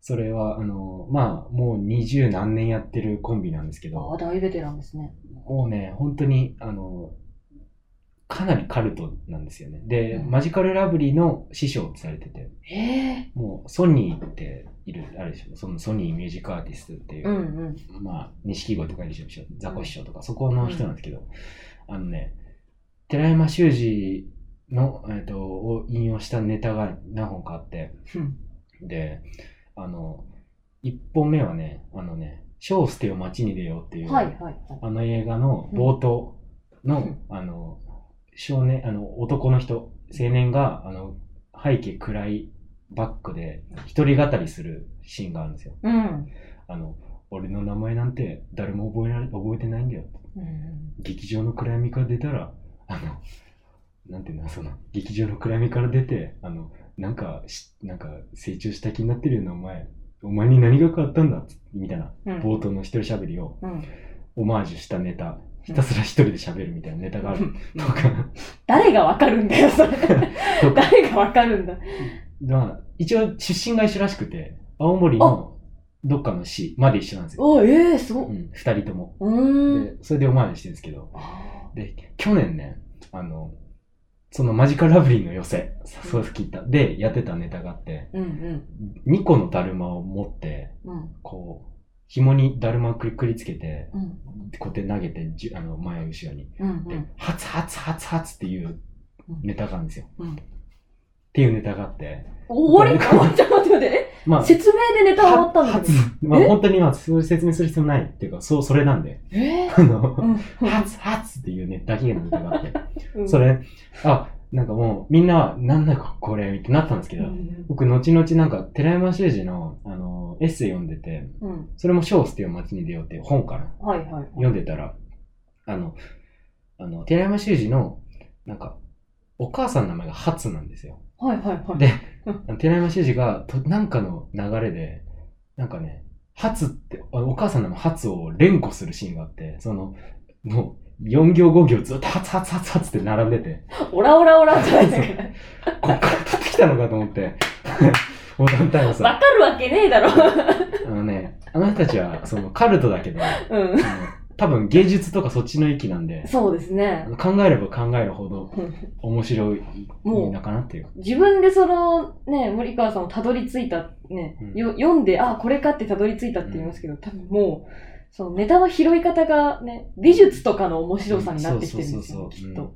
S1: それは、あの、まあ、もう二十何年やってるコンビなんですけ
S2: ああ、
S1: ど、
S2: 大ベテランですね。
S1: もうね、本当に、あの、かなりカルトなんですよね。で、
S2: うん
S1: マジカルラブリーの師匠ってされてて、
S2: へえ。
S1: もうソニーっている、あるでしょ、そのソニーミュージックアーティストっていう、
S2: うんうん。
S1: まあ、錦鯉とかいるでしょ、ザコ師匠とか、そこの人なんですけど、あのね、寺山修司の、えっと、を引用したネタが何本かあって、
S2: うん
S1: で、あの、1本目はね、あのね、小捨てを街に出ようっていう、
S2: はいはいはい。
S1: あの映画の冒頭
S2: う
S1: の
S2: ん、
S1: あの、少年、あの、男の人、青年が、あの、背景暗いバックで、一人語りするシーンがあるんですよ。
S2: うん。
S1: あの、俺の名前なんて誰も覚えられ覚えてないんだよ。
S2: うん
S1: 劇場の暗闇から出たら、あの、なんていうの、その、劇場の暗闇から出て、あの、なんかし、なんか、成長した気になってるようなお前、お前に何が変わったんだみたいな、
S2: うん。
S1: 冒頭の一人喋りを
S2: うん。
S1: オマージュしたネタ、ひたすら一人で喋るみたいなネタがある。とか、
S2: 誰がわかるんだよ、 それ。
S1: とか、
S2: 誰がわかるんだ。
S1: まあ、一応出身が一緒らしくて、青森のどっかの市まで一緒なんですよ。
S2: おええすご
S1: う
S2: っ。
S1: ん、二人とも。
S2: うーん。
S1: で、それでオマージュしてるんですけど、
S2: あ
S1: で、去年ね、あの、そのマジカルラブリーの寄せ、誘う聞いた、で、やってたネタがあって、
S2: ーうんうん
S1: 2個のだるまを持って、
S2: うん
S1: こう、紐にだるまをくりくりつけて、
S2: うん
S1: こうやって投げて、じゅあの前後ろに。
S2: うんう
S1: で
S2: ん、
S1: ハツハツハツハツっていうネタがあるんですよ。
S2: うん
S1: っていうネタがあって、
S2: 終わり
S1: これ
S2: 待って待って待って。
S1: ま
S2: え
S1: あ、
S2: 説明でネタ終わったんだ
S1: ハ
S2: け
S1: ツ
S2: ど。、
S1: まあ
S2: え
S1: 本当にまあ、そう説明する必要ないっていうか、そう、それなんで、
S2: えー
S1: あの、
S2: うん
S1: ハツハツっていうね、だけのネタがあって、
S2: うん
S1: それ、あ、なんかもうみんな、なんだかこれ、ってなったんですけ
S2: う
S1: ど、
S2: ん
S1: 僕、後々なんか、寺山修司の、あの、エッセイ読んでて、
S2: うん。
S1: それも小捨てを街に出ようっていう本から
S2: はいはい。
S1: 読んでたら、あの、あの、寺山修司の、なんか、お母さんの名前がハツなんですよ。
S2: はいはいはい。
S1: で寺山修司が、となんかの流れで、なんかね、ハツって、あお母さんの名前ハツを連呼するシーンがあって、その、もう、4行5行ずっとハツハツハツハツって並んでて、
S2: オラオラオラじゃないんだから。
S1: こっから取ってきたのかと思って。 モダンタイム
S2: わ
S1: さ
S2: かるわけねえだろ。
S1: ん。あのね、あの人たちは、その、カルトだけど、あ
S2: うん。
S1: の多分芸術とかそっちの域なんで、
S2: そうです
S1: あ
S2: ね。
S1: の考えれば考えるほど面白い
S2: もう
S1: のかなっていう。
S2: 自分でそのね、森川さんをたどり着いた、ね、
S1: うん
S2: よ読んで、あ、これかってたどり着いたって言いますけど、多分もう、そのネタの拾い方がね、美術とかの面白さになってきてるんですよ、
S1: そうそうそうそう
S2: きっ
S1: うん
S2: と。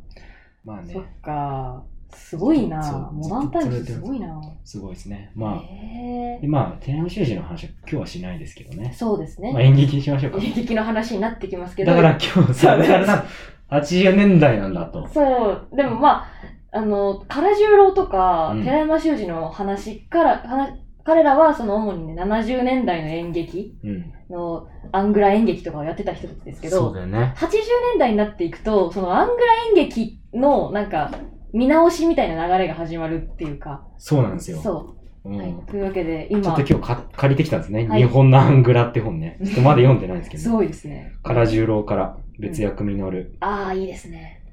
S1: まあ
S2: そっ
S1: ね、
S2: か。すごい
S1: そう
S2: な。モダンタイムスすごいな。
S1: すごいですね。まあ、
S2: へ
S1: でまあ、寺山修司の話は今日はしないですけど
S2: え
S1: ね。
S2: そうです
S1: まあ、
S2: ね。
S1: 演劇にしましょうか。
S2: 演劇の話になってきますけど。
S1: だから今日さ、だからな、80年代なんだと。
S2: そう、でもまあ、あの、唐十郎とか、
S1: うん
S2: 寺山修司の話から、話彼らはその主にね、70年代の演劇
S1: うん。
S2: の、アングラ演劇とかをやってた人たちですけ
S1: そう
S2: ど、
S1: だよね。
S2: 80年代になっていくと、そのアングラ演劇の、なんか、見直しみたいな流れが始まるっていうか、
S1: そうなんですよ。
S2: そうう、
S1: ん
S2: はい。というわけで、
S1: ちょっ
S2: 今
S1: と、今日か借りてきたんですね。
S2: はい
S1: 日本のアングラって本ね。ちょっとまだ読んでないんですけ
S2: す
S1: ど。
S2: ごいですね。
S1: 唐十郎から別役実る。
S2: ああ、いいですね。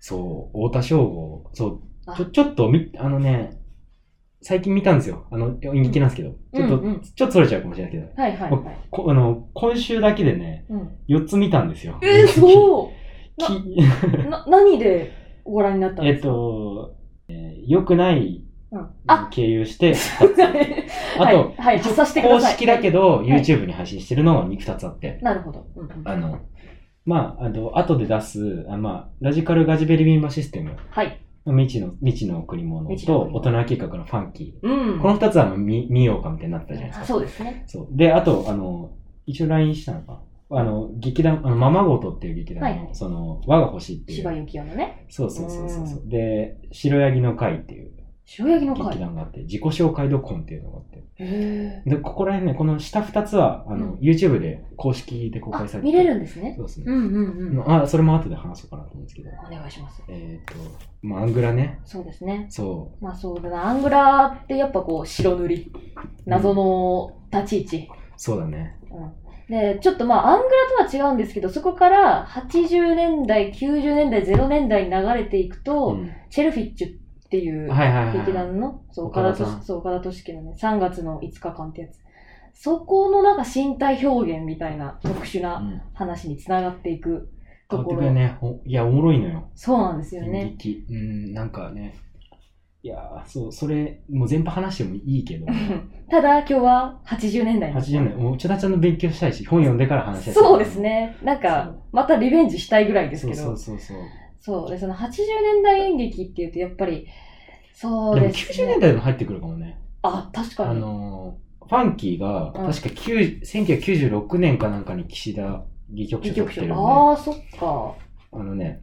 S1: そう、太田省吾。そう、
S2: あ
S1: ちょ、ちょっとみ、あのね、最近見たんですよ。あの、演劇なんですけど。ちょっと、
S2: うんうん
S1: ちょっとそれちゃうかもしれないけど。
S2: はいはいはい。
S1: こあの、今週だけでね、
S2: うん、
S1: 4つ見たんですよ。
S2: えー、すごい
S1: き
S2: な、何でご覧になったん
S1: え
S2: で
S1: っ
S2: すか
S1: と、えー良くない
S2: うん、あ
S1: 経由 して、あ
S2: はい
S1: と、
S2: はい、
S1: 一応
S2: 発させてく
S1: 公
S2: ださい。
S1: 式だけど、
S2: い
S1: YouTube に配信してるのが2つあって。
S2: なるほど。うんうん
S1: あの、まあ、あの、後で出す、あまあ、ラジカルガジベリビンバシステム、
S2: はい。
S1: 未知の、未知の贈り物
S2: 未知
S1: と
S2: の贈り、
S1: 大
S2: 物
S1: 人計画のファンキ
S2: うん
S1: ー。この二つはあの見見ようかみたいになったじゃないです
S2: あ
S1: か。
S2: そうですね。
S1: そう。で、あと、あの、一応 LINE したのかあの、劇団、あの、ままごとっていう劇団の、
S2: はいはい
S1: その、我が星ってい
S2: 芝
S1: う。
S2: 幸男のね。
S1: そうそうそうそうそう。で、白ヤギの会っていう
S2: 白ヤギの
S1: 劇
S2: 会。へ
S1: 団があって、自己紹介ドコンっていうのがあって。
S2: え。
S1: で、ここら辺ね、この下2つは、あの、
S2: うん
S1: YouTube で公式で公
S2: あ
S1: 開さ、れて
S2: 見れるんですね。
S1: そうですね。
S2: うんうんうん。
S1: まあ、それも後で話そうかなと思うんですけど。
S2: お願いします。
S1: えっ、と、まあ、アングラね。
S2: そうですね。
S1: そ
S2: まあそうだな。アングラってやっぱこう、白塗り。謎の立ち位置。
S1: う、そうだね。
S2: で、ちょっとまあ、アングラとは違うんですけど、そこから80年代、90年代、0年代に流れていくと、
S1: うん
S2: チェルフィッチュっていう
S1: はいはいはい。
S2: 劇団の、そう、
S1: 岡
S2: 岡
S1: 田
S2: 田
S1: さん
S2: 敏そう岡田敏樹のね、3月の5日間ってやつ。そこのなんか身体表現みたいな特殊
S1: う。
S2: なん話につながっていく
S1: 変
S2: と
S1: わっ
S2: こ
S1: てく
S2: ろ。
S1: るね。ほいや、おもろいのよ。
S2: そうなんですよ
S1: 演
S2: ね。
S1: 劇、うん、なんかね、いやーそう、それ、もう全部話してもいいけど、
S2: ただ今日は80年代の
S1: 80年、もう、ちゃだちゃんの勉強したいし、本読んでから話したいし
S2: そうです。ね。なん
S1: そ
S2: か
S1: う、
S2: またリベンジしたいぐらいです
S1: そ
S2: け
S1: う
S2: ど。
S1: そうそうそう。
S2: そう。で、その80年代演劇っていうと、やっぱり、そう
S1: でも
S2: です、
S1: 90年代でも入ってくるかもね。
S2: あ、確か
S1: あ
S2: に。
S1: のー、ファンキーが、確
S2: うん
S1: か9 1996年かなんかに岸田戯曲賞
S2: 戯
S1: 取っ
S2: 曲
S1: てる
S2: 賞
S1: ん。で、あ
S2: ああ、そっか。
S1: のね、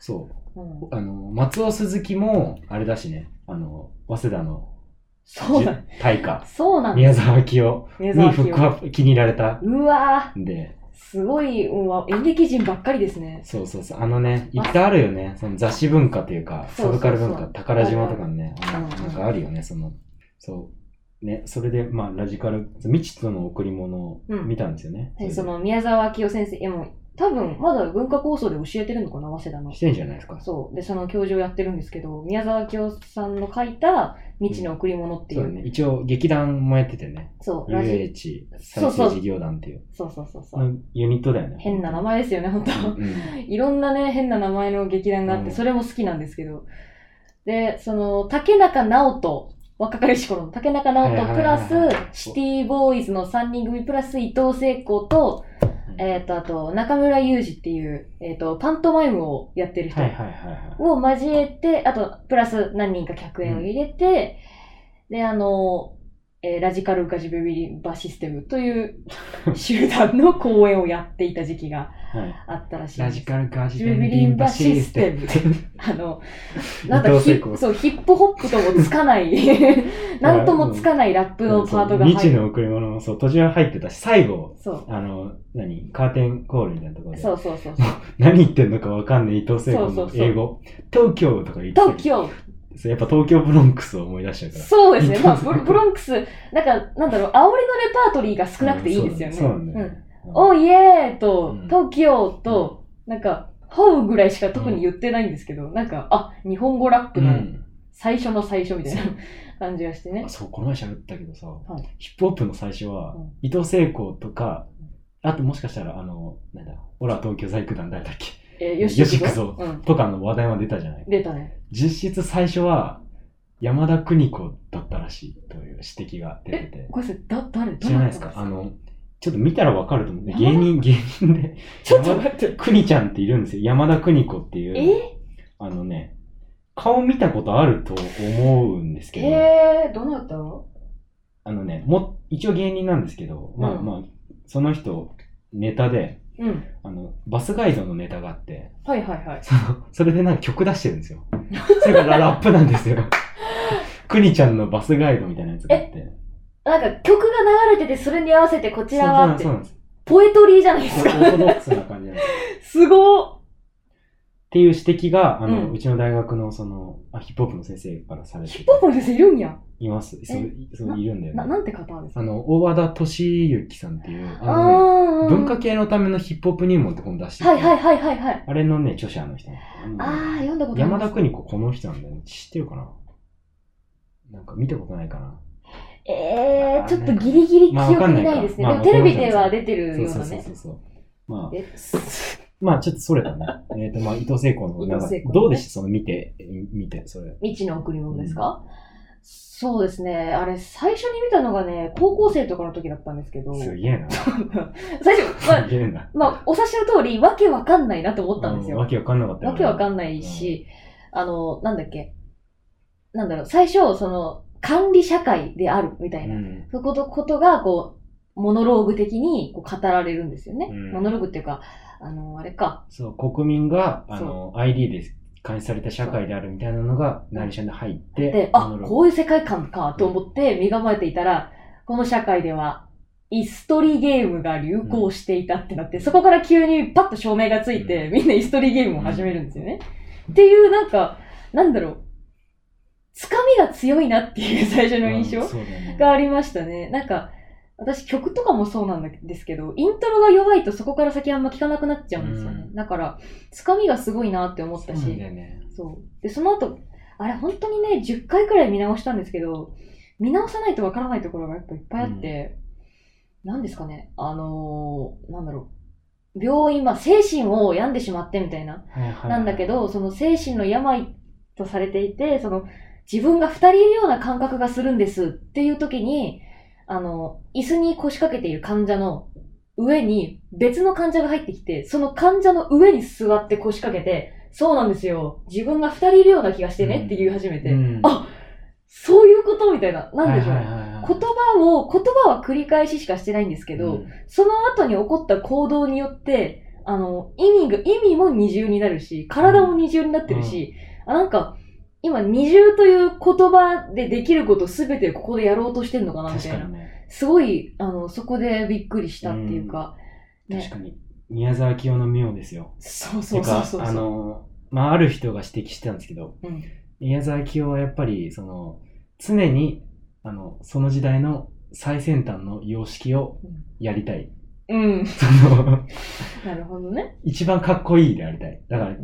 S1: そう、
S2: うん、
S1: あのー、松尾鈴木も、あれだしね、あのー、早稲田の
S2: そうだ。
S1: 大化、
S2: そうなんだ。
S1: 宮沢明夫
S2: 宮
S1: に
S2: 清
S1: 僕は気に入られた
S2: うわ
S1: んで、
S2: ーすごい、うわ、演劇人ばっかりですね。
S1: そうそうそう。あのね、いっぱいあるよね。その雑誌文化というか、
S2: そう
S1: サブ
S2: そうそ
S1: カ
S2: う
S1: ル文化、宝島とかにね、あの
S2: うんうん
S1: なんかあるよね、その、そう。ね、それで、まあ、ラジカル、未知との贈り物を
S2: うん
S1: 見たんですよね。
S2: でそ
S1: れで
S2: の、宮沢明夫先生、いやもう、多分、まだ文化構想で教えてるのかな、早稲田の
S1: し。てんじゃないですか。
S2: そう。で、その教授をやってるんですけど、宮沢明夫さんの書いた、未知の贈り物ってい
S1: そう
S2: う、
S1: だね。一応、劇団もやっててね。
S2: そう、ラジ、
S1: UH 再
S2: そうそう
S1: 生事業団っていう。
S2: そうそうそうそう、
S1: のユニットだよね。
S2: 変な名前ですよね、本当、
S1: うんうん
S2: いろんなね、変な名前の劇団があって、
S1: うん
S2: それも好きなんですけど。で、その、竹中直人、若かりし頃の竹中直
S1: はい
S2: 人
S1: は
S2: プ
S1: いはい
S2: ラ
S1: はい
S2: ス、シティボーイズの3人組プラス、伊藤聖子と、えっ、と、あと、中村雄二っていう、えっ、と、パントマイムをやってる人
S1: はいはいはいは
S2: を交えて、あと、プラス何人か客演を入れて、で、あの、えーラジカルガジベビリバシステムという集団の公演をやっていた時期が
S1: い。はい
S2: あったらしいん
S1: ラ
S2: です
S1: ジカルガジベビンバシステム。
S2: あの、
S1: 伊
S2: なんか
S1: 藤
S2: ヒ
S1: 聖
S2: ッ
S1: 子
S2: プ、そう、ヒップホップともつかない、なんともつかないラップのパートが
S1: 未
S2: 入
S1: 知
S2: る。
S1: の贈り物もそう、途中入ってたし、最後、
S2: そう。
S1: あの、何カーテンコールみたいなところで。
S2: そうそうそうそう。
S1: 何言ってんのかわかんない伊藤聖子
S2: そう
S1: の
S2: そうそう
S1: 英語。東京とか言ってた
S2: 東京
S1: そうやっぱ東京ブロンクスを思い出しちゃうから。
S2: そうですね。まあ、ブロブロンクス、なんか、なんだろう、煽りのレパートリーが少なくていいですよね。
S1: そうなんだよ
S2: ん。
S1: ね。うん
S2: おいえーと
S1: うん、
S2: 東京と、なんか、ホウぐらいしか特に言ってないんですけど、なんか、あ、日本語ラップ
S1: う
S2: の
S1: ん。
S2: 最初の最初みたいな
S1: そ
S2: 感じがして ね
S1: あ。そう、この前喋ったけどさ、
S2: い
S1: ヒップホップの最初は、
S2: うん
S1: 伊藤聖子とか、あともしかしたら、あの、なんだ、オラ東京細工団誰だっけ
S2: えー、よしよし
S1: よし行くぞ
S2: うん。
S1: とかの話題は出たじゃない。
S2: 出たね。
S1: 実質最初は、山田邦子だったらしいという指摘が出てて。
S2: これそれ、だ、誰
S1: 知らないですかあ、の、ちょっと見たらわかると思う。芸人、芸人で。
S2: どなたちょっと待って。
S1: くにちゃんっているんですよ。山田くに子っていう。
S2: え
S1: あのね、顔見たことあると思うんですけど、
S2: えー、どなたの
S1: あのね、も、一応芸人なんですけど、まあ
S2: うん
S1: まあ、その人、ネタで、
S2: うん。
S1: あの、バスガイドのネタがあって、
S2: はいはいはい。
S1: そのそれでなんか曲出してるん ですよ。それがララップなんですよ。くにちゃんのバスガイドみたいなやつがあって。
S2: なんか曲が流れてて、それに合わせてこちらはっ
S1: そう
S2: て
S1: そう、なんです。
S2: ポエトリーじゃないで
S1: そ
S2: す
S1: うオ
S2: か。
S1: ーソドックスな感じなんです。
S2: すごっ
S1: っていう指摘が、あの、う
S2: うん
S1: ちの大学の、その、あヒップホップの先生からされて
S2: ヒップホップの先生いるんや。
S1: います。そう、いそういるんだよ
S2: な、
S1: ね。
S2: なんて方ですか
S1: あの、大和田敏之さんっていう、あ
S2: あ
S1: のね、
S2: ー
S1: 文化系のためのヒップホップ入門って本出してて
S2: はいはいはいはいはい。
S1: あれのね、著者の人なんだ
S2: あ
S1: よね
S2: ー、読んだことない。
S1: 山田邦子この人なんだよね。知ってるかななんか見たことないかな
S2: えー、ちょっとギリギリ記
S1: まあわか
S2: 憶
S1: んない
S2: に
S1: か
S2: ないですね。
S1: まあ
S2: でもテレビ
S1: わかんない
S2: では出てる
S1: そう
S2: よう
S1: そ
S2: な
S1: うそう
S2: ね
S1: そ。うそう。まあ、
S2: え
S1: まあちょっとそれだね。え っと、まあ伊藤聖子の、
S2: 伊
S1: なん
S2: 藤
S1: か
S2: 聖子ね
S1: どうでしたその見て、え見て、それ。
S2: 未知の贈り物ですか、そうですね。あれ、最初に見たのがね、高校生とかの時だったんですけど、
S1: すげえな。す
S2: 最初、まあ、
S1: げえな。
S2: まあ、お察しの通り、わけわかんないなと思ったんです
S1: うわ
S2: よ。
S1: けわかんなかったよ
S2: わけわかんないし、あの、なんだっけ。なんだろう、最初、その、管理社会であるみたいな、
S1: うん
S2: そういうことことが、こモノローグ的にこう語られるんですよね。
S1: うん
S2: モノローグっていうか、あの、あれか、
S1: そう、国民が、
S2: そう
S1: あの、ID で監視された社会であるみたいなのが、ナレーションで入って、
S2: で、
S1: モ
S2: あ
S1: ノ、ローグ
S2: こういう世界観かと思って身構えていたら、この社会では、イストリゲームが流行していたってなって、そこから急にパッと照明がついて、みんなイストリゲームを始めるんですよね。っていう、なんか、なんだろう、つかみが強いなっていう最初の印象、
S1: うんそうだね
S2: がありましたね。なんか、私曲とかもそうなんですけど、イントロが弱いとそこから先あんま聴かなくなっちゃうんですよね。
S1: う
S2: だから、つかみがすごいなって思っ
S1: そう
S2: た
S1: なん
S2: し
S1: だ、よね。
S2: そう。で、その後、あれ本当にね、10回くらい見直したんですけど、見直さないとわからないところがやっぱいっぱいあって、なんですかね、あのーなんだろう。病院、まあ精神を病んでしまってみたいな
S1: はいはい
S2: なんだけど、その精神の病とされていて、その自分が二人いるような感覚がするんですっていう時に、あの、椅子に腰掛けている患者の上に別の患者が入ってきて、その患者の上に座って腰掛けて、そうなんですよ。自分が二人いるような気がしてねって言い始めて、
S1: うん
S2: あそういうことみたいな。なんでしょう。
S1: はいはいはいはい
S2: 言葉を、言葉は繰り返ししかしてないんですけど、
S1: うん
S2: その後に起こった行動によって、あの、意味が、意味も二重になるし、体も二重になってるし、あなんか、今二重という言葉でできることすべてここでやろうとしてんのかなみ
S1: 確
S2: た
S1: か
S2: いな
S1: に。ね。
S2: すごい、あの、そこでびっくりしたっていうか、
S1: 確
S2: ね。
S1: かに。宮沢清の妙ですよ。
S2: そうそうそうそう
S1: てかあ
S2: そう。
S1: の、まあ、ある人が指摘してたんですけど、
S2: うん
S1: 宮沢清はやっぱり、その、常に、あの、その時代の最先端の様式をやりたい。
S2: うん。
S1: その、
S2: なるほどね。
S1: 一番かっこいいでありたい。だから、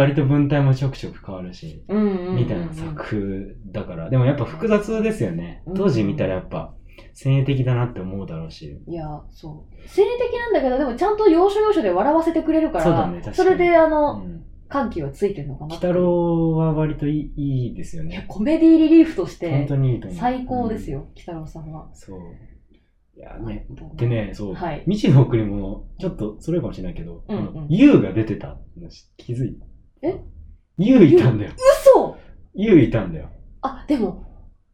S1: 割と文体もちょくちょく変わるし、
S2: うんうん、うん。
S1: みたいな作風だから。でもやっぱ複雑ですよね
S2: うん。
S1: 当時見たらやっぱ、先鋭的だなって思うだろうし。
S2: いや、そう。性的なんだけど、でもちゃんと要所要所で笑わせてくれるから、
S1: そうだね確かに
S2: それで、あ
S1: う
S2: の、
S1: ん。
S2: 歓喜はついてるのかなって
S1: 北郎は割といいいいですよ
S2: いや
S1: ね。
S2: コメディリリーフとし
S1: 本
S2: て
S1: 当にいいと思う。
S2: 最高です
S1: う
S2: よ、北郎さんは。
S1: ん。そう。いやね。
S2: 本当に
S1: で。ね、そう。
S2: はい
S1: 未知の送り物、ちょっとそれかもしれないけど、
S2: うんうん
S1: あの U が出てたのし気づいた。
S2: え
S1: ?U いたんだよ。
S2: 嘘
S1: U いたんだよ。
S2: あ、でも、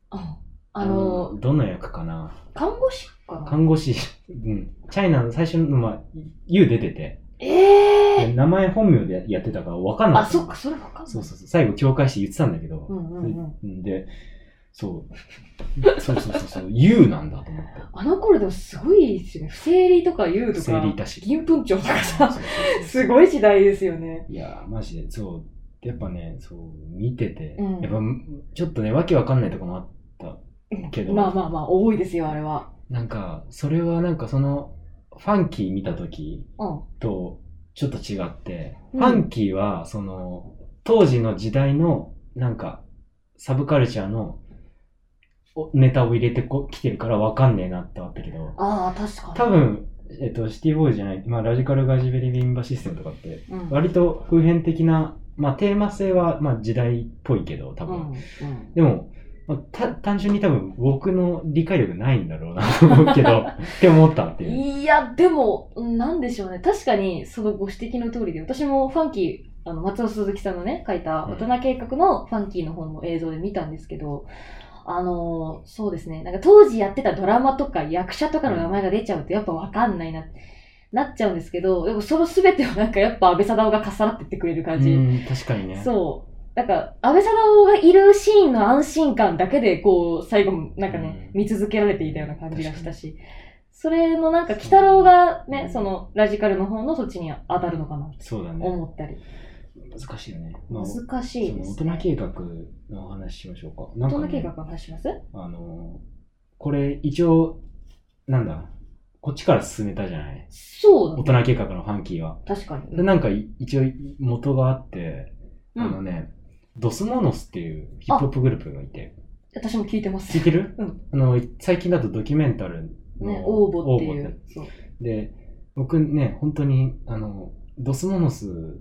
S2: ああの、
S1: うんどの役かな
S2: 看護師かな
S1: 看護師、うん。チャイナの最初の、まあ、U 出てて、
S2: ええ
S1: で名前本名でやってたから分かんな
S2: あ、
S1: かった。
S2: そっか、それわかんない。
S1: そうそうそう。最後、境界して言ってたんだけど、
S2: うんうんうん。
S1: で、そう。そうそうそうそう。U なんだと思って。
S2: あの頃でもすごいですよね。不正理とか言うと
S1: 生
S2: か、
S1: 理いたし。
S2: 銀粉帳とかさ、 す
S1: い。
S2: ごい時代ですよね。
S1: いやー、マジで、そう。やっぱね、そう、見てて、
S2: うん
S1: やっぱ、ちょっとね、わけわかんないとこもあったけど、
S2: まあまあまあ、多いですよ、あれは。
S1: なんか、それはなんかその、ファンキー見たとき
S2: うん。
S1: と、ちょっと違って、
S2: うん
S1: ファンキーは、その、当時の時代の、なんか、サブカルチャーの、おネタを入れてこ来てるからわかんねえなってあったけど、
S2: ああ、確か
S1: 多
S2: に。
S1: 分、えっと、シティボーイじゃない、まあ、ラジカルガジベリビンバシステムとかって、
S2: うん、
S1: 割と普遍的な、まあ、テーマ性は、まあ、時代っぽいけど、多
S2: うん、
S1: 分。
S2: うん。
S1: でも、まあた単純に多分僕の理解力ないんだろうなと思うけど、って思ったっていう。
S2: いや、でも、うんなんでしょうね。確かに、そのご指摘の通りで、私もファンキー、あの、松尾鈴木さんのね、書いた
S1: うん
S2: 大人計画のファンキーの本の映像で見たんですけど、あのーそうですね。なんか当時やってたドラマとか役者とかの名前が出ちゃうとやっぱわかんないな、なっちゃうんですけど、でもその全てをなんかやっぱ安倍貞夫が重なってってくれる感じ。
S1: うん、確かにね。
S2: そう。なんか、安倍貞夫がいるシーンの安心感だけで、こう、最後も、なんかね、
S1: うん
S2: 見続けられていたような感じがしたし、それのなんか、鬼太郎がね、
S1: そう
S2: その、ラジカルの方のそっちに当たるのかな、
S1: そうだね。
S2: 思ったり。
S1: 難しいよね。まあ、そ
S2: 難しいで
S1: の
S2: す、
S1: 大人
S2: ね。
S1: 計画のお話しましょうか。な
S2: 大
S1: んか
S2: 人
S1: ね、
S2: 計画の話します
S1: あのーこれ一応、なんだ、こっちから進めたじゃない。
S2: そう
S1: 大
S2: だ、ね。
S1: 人計画のファンキーは。
S2: 確かに。
S1: でなんかい一応元があって、
S2: う
S1: あの
S2: ん。
S1: ね、ドスモノスっていうヒップホップグループがいて、
S2: 私も聞いてます
S1: 聞い。てる、
S2: うん
S1: あの最近だとドキュメンタルの
S2: ね、応募ってい
S1: 応募
S2: う。そう。
S1: でで僕ね、本当にあのドスモノス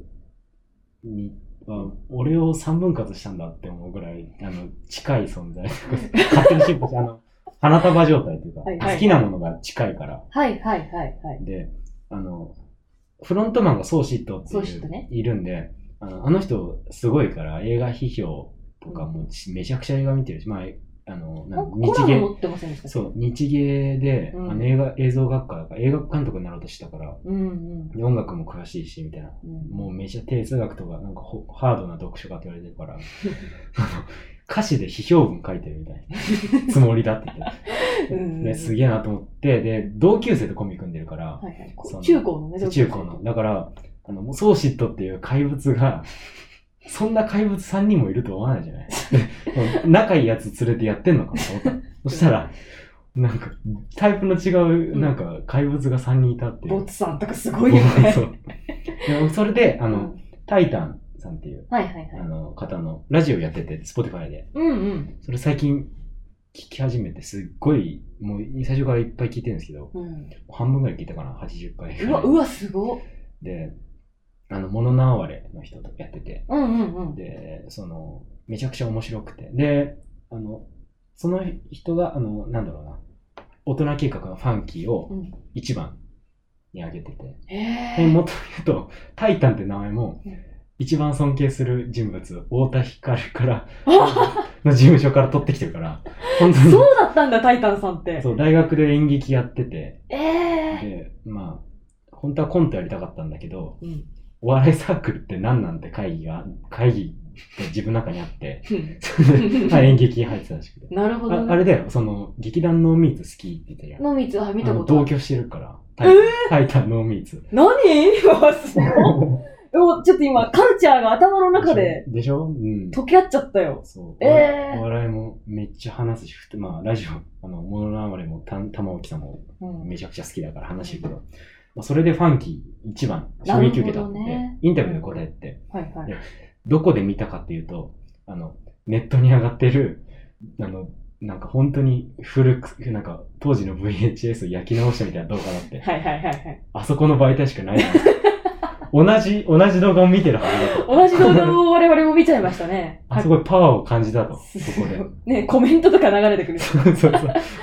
S1: には俺を三分割したんだって思うぐらいあの近い存 在勝手に進歩してあの花束状態というか、
S2: はいはい
S1: 好きなものが近いから
S2: はいはいはいはい。
S1: で、あの、フロントマンがソーシットってい
S2: ソーシット
S1: う、
S2: ね
S1: いるんで、あのあの人すごいから映画批評とかもしめちゃくちゃ映画見てるし、まあ、あの、
S2: コ
S1: な
S2: ラ
S1: ん日芸
S2: ム、持ってませんでしたっけ
S1: そう、日芸で、
S2: うん
S1: あの映画映像学科だから映画監督になろうとしてたから、
S2: うんうん。
S1: で音楽も詳しいし、みたいな。
S2: うん
S1: もうめちゃ定数学とか、なんかほハードな読書家って言われてるから、 あの歌詞で批評文書いてるみたい なつもりだって言って
S2: うん
S1: ね、すげえなと思って、で、同級生とコンビ組んでるから、
S2: はいはい
S1: その
S2: 中高のね、
S1: 中高の。だから、あの、もうソーシットっていう怪物が、 そんな怪物3人もいると思わないじゃない でもう仲いいやつ連れてやってんのかなと思 った。そしたら、なんか、タイプの違う、なんか、怪物が3人いたっていう。
S2: ボツさんとかすごいよね
S1: そ。う でそれで、あ
S2: う
S1: の、
S2: ん
S1: タイタンさんっていう、
S2: はいはいはい
S1: あ。の、方の、ラジオやってて、Spotify で。
S2: うんうん
S1: それ最近、聞き始めて、すっごい、もう、最初からいっぱい聞いてるんですけど、
S2: うん。
S1: 半分ぐらい聞いたかな、80回ぐらい。
S2: うわ、うわ、すごっ。
S1: で、あの、モノナワレの人とやってて、
S2: うんうんうん。
S1: で、その、めちゃくちゃ面白くて、で、あの、その人が、あの、なんだろうな、大人計画のファンキーを
S2: うん
S1: 一番に挙げてて、
S2: へ
S1: で
S2: ぇ
S1: もっと言うと、タイタンって名前も
S2: うん、
S1: 一番尊敬する人物、太田光から、
S2: あ
S1: の事務所から取ってきてるから、本当に、
S2: そうだったんだ、タイタンさんって。
S1: そう、大学で演劇やってて、
S2: ええ
S1: で、まあ、本当はコントやりたかったんだけど、
S2: ー。うん。
S1: お笑いサークルって何なんて会議が、会議が自分の中にあ って、 まあ演劇に入ってたらしくて。
S2: なるほど
S1: あ
S2: ね。
S1: あれだよ、その、劇団ノーミーツ好きって言ってるやん。
S2: のみつ、あ、見た
S1: あ
S2: こ
S1: の
S2: とあ
S1: 同
S2: る。
S1: 居してるから。タイ
S2: え
S1: タイタンノーミーツ。
S2: 何わすごい おちょっと今、カルチャーが頭の中で
S1: でしょうん。
S2: 溶け合っちゃったよ。
S1: そう。
S2: えー
S1: お笑いもめっちゃ話すし、ふとまあ、ラジオ、あの、モノラマレもた玉置さんも
S2: うん
S1: めちゃくちゃ好きだから話してるけど、まあ、それでファンキー一番衝撃受けたって、
S2: なるほどね
S1: インタビューで答えて、
S2: はいはい。
S1: どこで見たかっていうと、あの、ネットに上がってる、あの、なんか本当に古く、なんか当時の VHS を焼き直したみたいな動画だって、
S2: はいはいはいはい。
S1: あそこの媒体しかないな 同じ、同じ動画を見てるはずだと。。
S2: 同じ動画を我々も見ちゃいましたね
S1: あそこでパワーを感じた と、そこで。
S2: ね、コメントとか流れてくる。
S1: そうそう。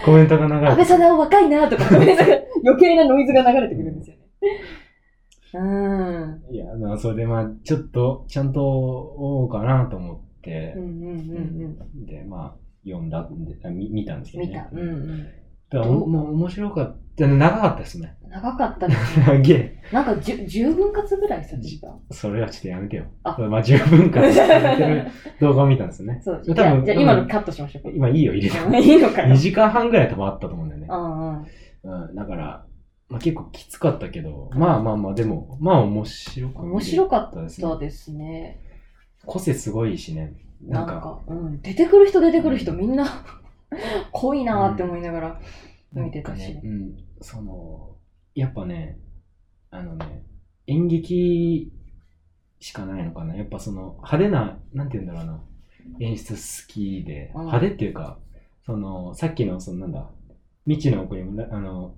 S1: コメントが流れ
S2: 安
S1: て
S2: 倍貞夫若いなとか、ごめんなさい余計なノイズが流れてくるんですよね。うーん。
S1: いや、まあ、それでまあ、ちょっと、ちゃんと、おうかなと思って
S2: うんう、んうん
S1: で、まあ、読んだんで、あ見見たんです
S2: う
S1: けど
S2: ん。見
S1: ね
S2: た。。うんうん。
S1: だからおもう面白かった。長かったですね。
S2: 長か ったですね。
S1: 長え。
S2: なんかじゅ10分割ぐらいされてた。
S1: それはちょっとやめてよ。
S2: あ
S1: まあ、十分間されてる動画を見たんですよね。
S2: そう。
S1: 多分
S2: じゃあじゃあ今
S1: う
S2: の
S1: ん
S2: カットしましょう。
S1: 今いいよ、入れても。
S2: いいのか
S1: 2
S2: よ。
S1: 時間半ぐらい多分あったと思うんだよね
S2: う。んうん。
S1: うん、だから、まあ、結構きつかったけど、まあまあまあ、でも、まあ面白く
S2: 面白かっ
S1: ったですね
S2: た。ですね。
S1: 個性すごいしね。な
S2: なん
S1: んか、
S2: か、うん。出てくる人出てくる人みんな濃いなーって思いながら。見てたし
S1: なんかねうん、その、やっぱね、あのね、演劇しかないのかな。やっぱその、派手な、なんて言うんだろうな、演出好きで、
S2: うん
S1: 派手っていうか、その、さっきの、そのなんだ、未知の奥にも、ラあの、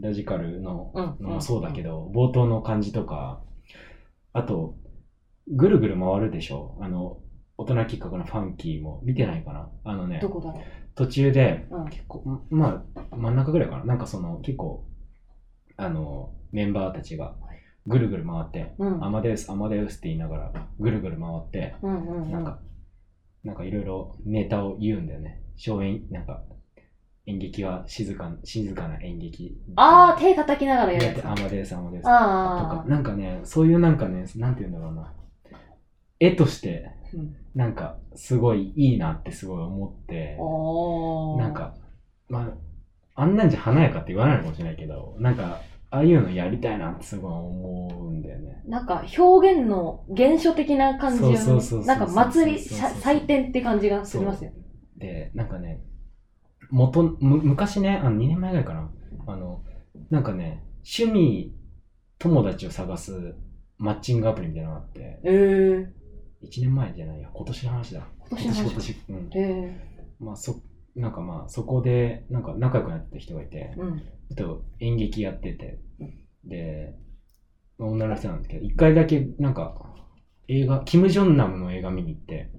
S1: ラジカルの
S2: うん
S1: のもそうだけど、冒頭の感じとか、あと、ぐるぐる回るでしょ。あの、大人きっかけのファンキーも見てないかな。あのね、
S2: どこだろ
S1: 途中で、
S2: う。うん。
S1: こうまあ真ん中ぐらいかななんかその結構あのメンバーたちがぐるぐる回って
S2: う
S1: 「
S2: ん。
S1: アマデウスアマデウス」って言いながらぐるぐる回って
S2: うんうんうん。
S1: なんかなんかいろいろネタを言うんだよね小演なんか演劇は静か静かな演劇
S2: あー、手叩きながらやるやつ。
S1: アマデウスアマデウスと
S2: あ
S1: か
S2: あ。
S1: なんかねそういうなんかねなんて言うんだろうな絵として
S2: うん
S1: なんかすごいいいなってすごい思って
S2: おー
S1: なん、か、まあ、あんなんじゃ華やかって言わないのかもしれないけど、なんか、ああいうのやりたいなってすごい思うんだよね。
S2: なんか表現の原初的な感じがね
S1: そうそうそうそう
S2: なんか祭り、
S1: そうそう
S2: さ
S1: そう
S2: 祭典って感じがしますよね。
S1: で、なんかね、元、む昔ね、あの2年前ぐらいかな、あの、なんかね、趣味友達を探すマッチングアプリみたいなのがあって、
S2: えー、
S1: 1年前じゃないよ、今年の話だ。
S2: 今年の話
S1: 今年、今年。
S2: え
S1: うん。まあ、そ、なんかまあ、そこで、なんか仲良くなってた人がいて、
S2: ー、うん。
S1: ちょっと演劇やってて
S2: う、
S1: で、まあ女の人なんですけど、一回だけなんか、映画、キム・ジョンナムの映画見に行って、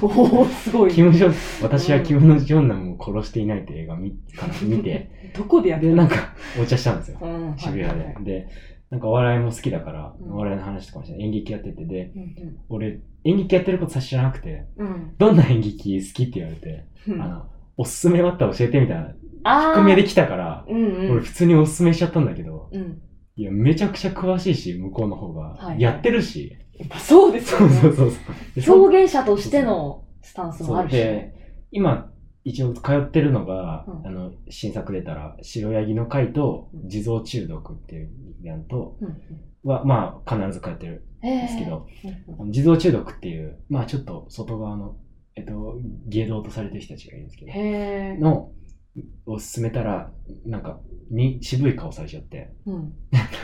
S2: おー、すごい。
S1: キム・ジョン、私はキム・ジョンナムを殺していないって映画見から見て、
S2: どこでやって
S1: で、
S2: た
S1: なんか、お茶したんですよ、
S2: うん、
S1: 渋谷で。で、なんかお笑いも好きだから、
S2: うん
S1: お笑いの話とかもして演劇やっててで、
S2: うん
S1: 俺、演劇やってることさ知らなくて、
S2: うん。
S1: どんな演劇好きって言われて、
S2: うん。
S1: あの、おすすめあったら教えてみたいな、
S2: あ
S1: 含めで
S2: き
S1: きたから、
S2: うんう
S1: 俺
S2: ん。
S1: 普通におすすめしちゃったんだけど、
S2: うん。
S1: いや、めちゃくちゃ詳しいし、向こうの方
S2: はい
S1: が
S2: は。い
S1: やってるし。
S2: そうです よ
S1: そうそうそ
S2: ね。
S1: うそう。でそう
S2: 表現者としてのスタンスもあ
S1: そう
S2: るし。
S1: で、今、一応通ってるのが、
S2: うん
S1: あの、新作出たら、白ヤギの会と
S2: う、ん
S1: 地蔵中毒っていうやんと、
S2: うん
S1: は、まあ、必ず通ってる
S2: うん。
S1: ん
S2: え
S1: ですけど、
S2: えうん
S1: あの地蔵中毒っていう、まあ、ちょっと外側の、えっと、芸道とされてる人たちがいるんですけ
S2: うん。
S1: ど、
S2: へえ。
S1: の、を進めたら、なんか、に、渋い顔されちゃって、
S2: うん。
S1: なん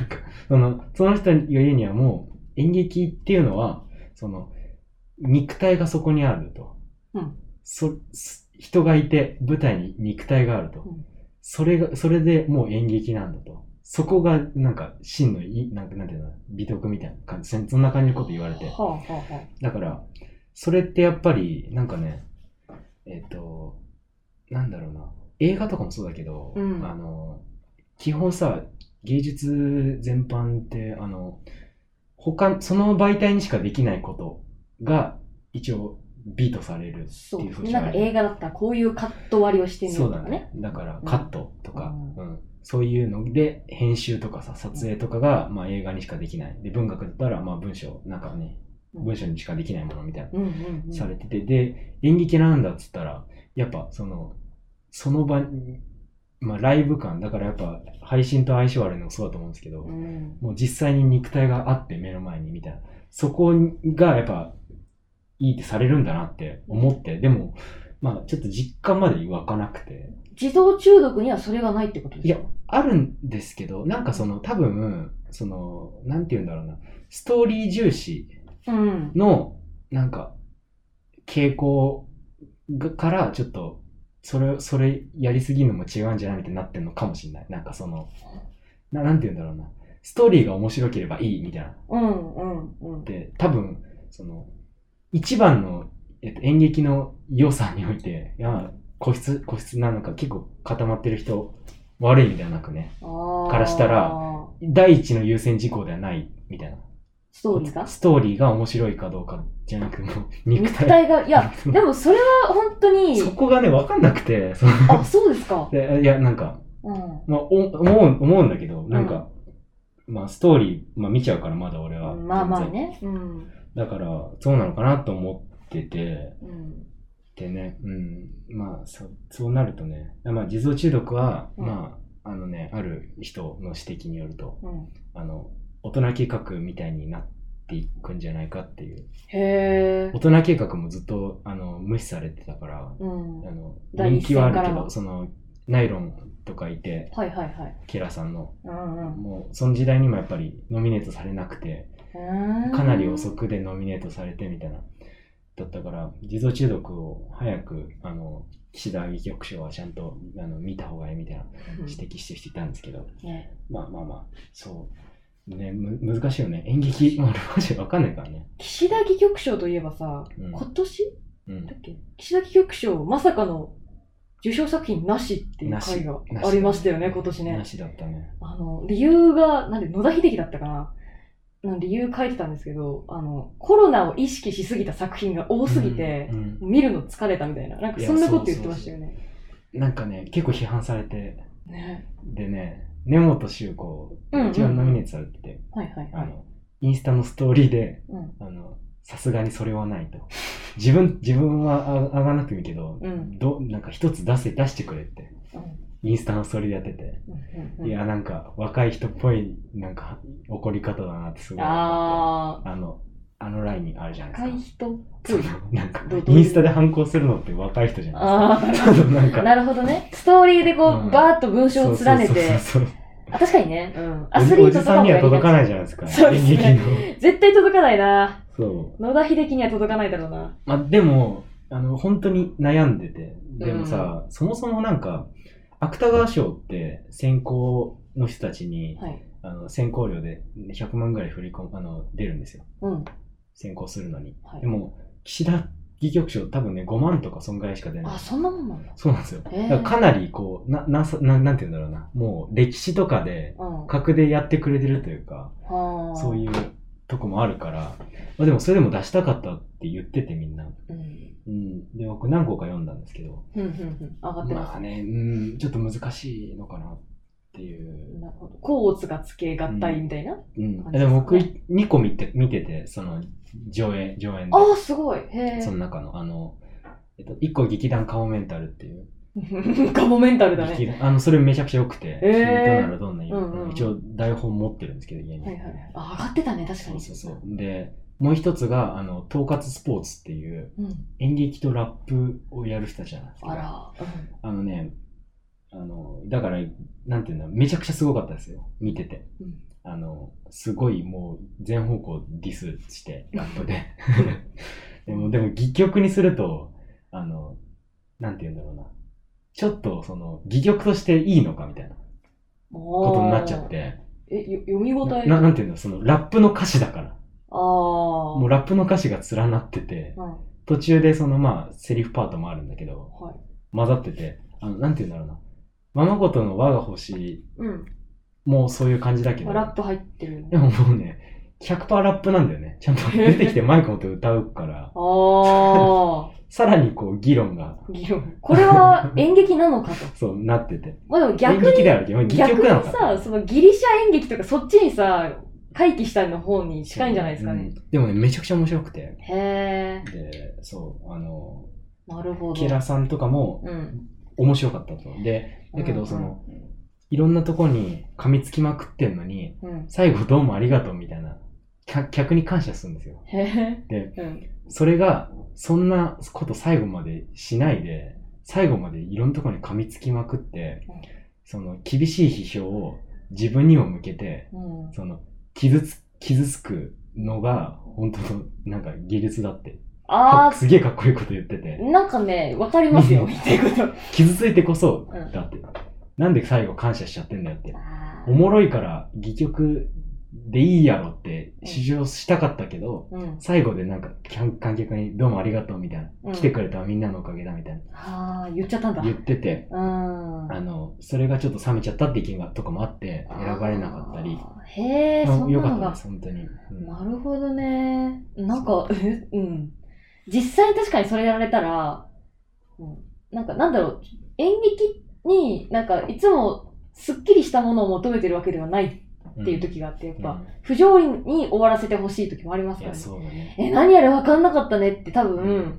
S1: かそのその人が言うにはもう演劇っていうのはその肉体がそこにあると、
S2: うん
S1: そす人がいて舞台に肉体があると、
S2: うん
S1: それがそれでもう演劇なんだとそこがなんか真のいなんかなんていうの美徳みたいな感じそんそんな感じのこと言われて
S2: はあはあは
S1: だからそれってやっぱりなんかねえっ、となんだろうな映画とかもそうだけど、
S2: うん
S1: あの基本さ芸術全般ってあの他その媒体にしかできないことが一応美とされる
S2: あ。そうです
S1: っていう風
S2: ね。
S1: に
S2: なんか映画だったらこういうカット割りをしてみる
S1: そ
S2: と
S1: うだ
S2: かね。
S1: ねだから
S2: うん
S1: カットとか、う
S2: うん
S1: そういうので編集とかさ撮影とかが、まあ、映画にしかできないで文学だったら、まあ、文章なんかね
S2: うん
S1: 文章にしかできないものみたいな
S2: うんうんうん。
S1: されてて、で、演劇なんだっつったら、やっぱその、その場に、まあライブ感、だからやっぱ配信と相性悪いのもそうだと思うんですけど、
S2: うん。
S1: もう実際に肉体があって目の前にみたいな、そこがやっぱいいってされるんだなって思って、でも、まあちょっと実感まで湧かなくて、
S2: 自動中毒にはそれがないってことですか
S1: いあるんですけど、なんかその多分、その、なんて言うんだろうな、ストーリー重視
S2: うん。
S1: の、なんか、傾向がから、ちょっと、それ、それやりすぎるのも違うんじゃないみたいになってんのかもしれない。なんかその、ななんて言うんだろうな。ストーリーが面白ければいいみたいな。
S2: うんうんうん。
S1: で、多分、その、一番の、えっと、演劇の良さにおいて、いや、個室、個室なのか結構固まってる人、悪いみたいなのなくね。
S2: か
S1: からしたら、第一の優先事項ではない、みたいな。
S2: ストーリーが
S1: ストーリーが面白いかどうかじゃなく、もう、肉
S2: 肉
S1: 体
S2: 体が、いや、でもそれは本当に
S1: そ、こがね、わかんなくて、その
S2: あ、そうですか。
S1: でいや、なんか、
S2: うん。
S1: まあ、お思う、思うんだけど、なんか、まあ、ストーリー、まあ、見ちゃうから、まだ俺は。
S2: まあまあ
S1: 全然。
S2: ね。うん。
S1: だから、そうなのかなと思ってて、
S2: うん。
S1: でね、うん、まあ、そそうなるとね、まあ、地蔵中毒は、
S2: うん
S1: まあ、あのね、ある人の指摘によると、
S2: うん
S1: あの、大人計画みたいになっていくんじゃないかっていう。
S2: へえ
S1: 大。人計画もずっと、あの、無視されてたから、
S2: うん。
S1: あ
S2: はい
S1: の、
S2: 第
S1: 人
S2: 一
S1: 気
S2: 線
S1: はある
S2: か
S1: け
S2: ら
S1: ど、
S2: の
S1: その、ナイロンとかいて、
S2: はいはい。
S1: ケラさんの、
S2: うん
S1: もうその時代にもやっぱりノミネートされなくて、
S2: うん。
S1: かなり遅
S2: く。
S1: くでノミネートされてみたいな、だったから、自動中毒を早く、あの、岸田劇局長はちゃんとあの見た方がいいみたいな指摘してる人いたんですけど、
S2: ね
S1: まあまあまあ、そう。ね、む難しいよね。演劇、まあ、俺マジでわかんないからね。
S2: 岸田戯曲賞といえばさ、
S1: うん
S2: 今年
S1: うん
S2: だ。っけ岸田戯曲賞、まさかの受賞作品なしっていう
S1: なし
S2: 回が
S1: なし
S2: ありましたよね、今年ね。
S1: なしだったね。
S2: あの、理由が、なんで、野田秀樹だったかなの理由書いてたんですけど、あの、コロナを意識しすぎた作品が多すぎて
S1: う、ん
S2: 見るの疲れたみたいな、なんか
S1: いや
S2: そんなこと言ってましたよね。
S1: うんなんかね、結構批判されて、
S2: ね。
S1: でね、根本周子、
S2: うん
S1: 一番ノミネートされてて、
S2: はいはい
S1: あ
S2: はい。
S1: の、インスタのストーリーで、
S2: うん
S1: あの、さすがにそれはないと。自分、自分はあ上がなくてもいいけど、
S2: うん
S1: ど、なんか一つ出せ、出してくれって。インスタのストーリーでやってて。
S2: うんうん
S1: いや、なんか若い人っぽい、なんか怒り方だなってすごい思って。
S2: あ
S1: あの、あのラインにあるじゃ
S2: ー、
S1: な
S2: 若
S1: い
S2: い
S1: ですか。
S2: 人っぽ い。
S1: なんか
S2: どう、どう
S1: インスタで反抗するのって若い人じゃない
S2: あ
S1: ですか。そうなん
S2: ー、
S1: か。
S2: なるほどね。ストーリーでこ
S1: うん
S2: う、バーッと文章を連
S1: そ
S2: ねて、
S1: うそうそうそう
S2: あ確かにね、うんアスリ
S1: お
S2: ー
S1: じ
S2: トと
S1: さん
S2: かも
S1: に
S2: や
S1: は
S2: りが
S1: 届
S2: ち
S1: かないじゃないですか。
S2: そうですね
S1: 演劇の。
S2: 絶対届かないな。
S1: そう。
S2: 野田秀樹には届かないだろうな。
S1: まあ、でもあの本当に悩んでてでもさ、そもそもなんか芥川賞って選考の人たちに、
S2: はい。
S1: あの選考料で100万ぐらい振り込むあの出るんですよ
S2: うん。
S1: 選考するのに
S2: はい
S1: でも岸田戯曲賞多分ね、5万とかそんぐらいしか出ない
S2: あ、。そんなもんなんだ。
S1: そうなんですよ。
S2: え
S1: だ
S2: ー
S1: からかなりこう、な、なさ、ななんて言うんだろうな。もう歴史とかで、
S2: うん。
S1: 格でやってくれてるというか、
S2: はあ。
S1: そう
S2: う。
S1: いうとこもあるから、まあ、でもそれでも出したかったって言っててみんな。
S2: うん。
S1: うん。で、僕何個か読んだんですけど、
S2: ふんふんふん。上がってます。
S1: まあね、うん、ちょっと難しいのかなっていう。
S2: なるほど。甲乙がつけ合体みたいな。
S1: うん。で
S2: 感じですね
S1: も僕、2個見て、見てて、その、上映、上演で。
S2: ああ、すごい。へえ
S1: そ。の中の、あの、えっと、1個劇団カモメンタルっていう。
S2: ガモメンタルだ
S1: 劇
S2: ね。
S1: 団あの、それめちゃくちゃ良くて、
S2: えー
S1: どうなるどんな意味、
S2: うんうん
S1: 一応台本持ってるんですけど、家に。
S2: はいはいはい。あ、上がってたね、確か
S1: そう
S2: に。
S1: そうそう。で、もう一つが、あの、統括スポーツっていう、
S2: うん。
S1: 演劇とラップをやる人たちなんですけど、
S2: あ
S1: あ
S2: ら。うん
S1: のね、あの、だから、なんていうんだろう、めちゃくちゃすごかったですよ、見てて。
S2: うん
S1: あの、すごいもう全方向ディスして、ラップ で。でも、でも、戯曲にすると、あの、なんていうんだろうな。ちょっと、その、戯曲としていいのかみたいなことになっちゃっ。
S2: あ
S1: て、
S2: ーえ、よ読み応え
S1: ななんていうんだろう、その、ラップの歌詞だから。
S2: ああ。も
S1: もうラップの歌詞が連なってて、
S2: うん。
S1: 途中でそのまあセリフパートもあるんだけど、
S2: はい。
S1: 混ざってて、あの、なんて言うんだろうな。ままごとの我が星
S2: うん。
S1: もそういう感じだけど、
S2: ラップ入ってるね。
S1: でももうね、100%ラップなんだよね。ちゃんと 出てきてマイク持って歌うから、
S2: あ
S1: さらにこう議論が、
S2: あ。議論。これは演劇なのか と。
S1: そうなってて。
S2: まあでも逆
S1: 演
S2: に
S1: 劇、であるけど、戯
S2: 逆
S1: 曲なの
S2: に
S1: か
S2: さ、そのギリシャ演劇とかそっちにさ、回帰したの方に近いんじゃないですかね。
S1: うんでもね、めちゃくちゃ面白くて。
S2: へえ、
S1: で、そう、あの、
S2: なるほど。
S1: ケラさんとかも
S2: うん。
S1: 面白かったと。で、だけ
S2: うんう
S1: ど
S2: ん
S1: その、いろんなとこに噛みつきまくってんのに、
S2: うん。
S1: 最後どうもありがとうみたいな、客客に感謝するんですよ。
S2: へえ。
S1: で
S2: うん。
S1: それが、そんなこと最後までしないで、最後までいろんなところに噛みつきまくって
S2: うん、
S1: その厳しい批評を自分にも向けて、
S2: うん。
S1: その傷つ、傷つくのが本当のなんか技術だって、か
S2: あ
S1: すげえかっこいいこと言ってて
S2: あ、、なんかね、わかりますよ、
S1: うん
S2: 言ってること。
S1: 傷ついてこそ
S2: うん
S1: だって、なんで最後感謝しちゃってんだよって、
S2: あ
S1: お
S2: ー
S1: もろいから戯曲でいいやろって主張したかったけど、
S2: うん。
S1: 最後でなんかきゃん観客に「どうもありがとう」みたいな、
S2: うん
S1: 来てくれたみんなのおかげだ」みたいな
S2: ああ、言っちゃったんだ。
S1: 言ってて、
S2: うん。
S1: あのそれがちょっと冷めちゃったって意見がとかもあって選ばれなかったり
S2: あー。へえ、
S1: あ
S2: そんな
S1: よか
S2: の
S1: った
S2: が
S1: です本当に、うん
S2: なるほどね。なんか、えうん。実際確かにそれやられたら、うん、なんかなんだろう、演劇になんかいつもすっきりしたものを求めてるわけではないっていう時があって、やっ
S1: うん
S2: ぱ、
S1: うん
S2: 不条理に終わらせてほしい時もあります
S1: い
S2: から
S1: や
S2: ね。
S1: そうだね
S2: え、何あれ分かんなかったねって多分、
S1: うん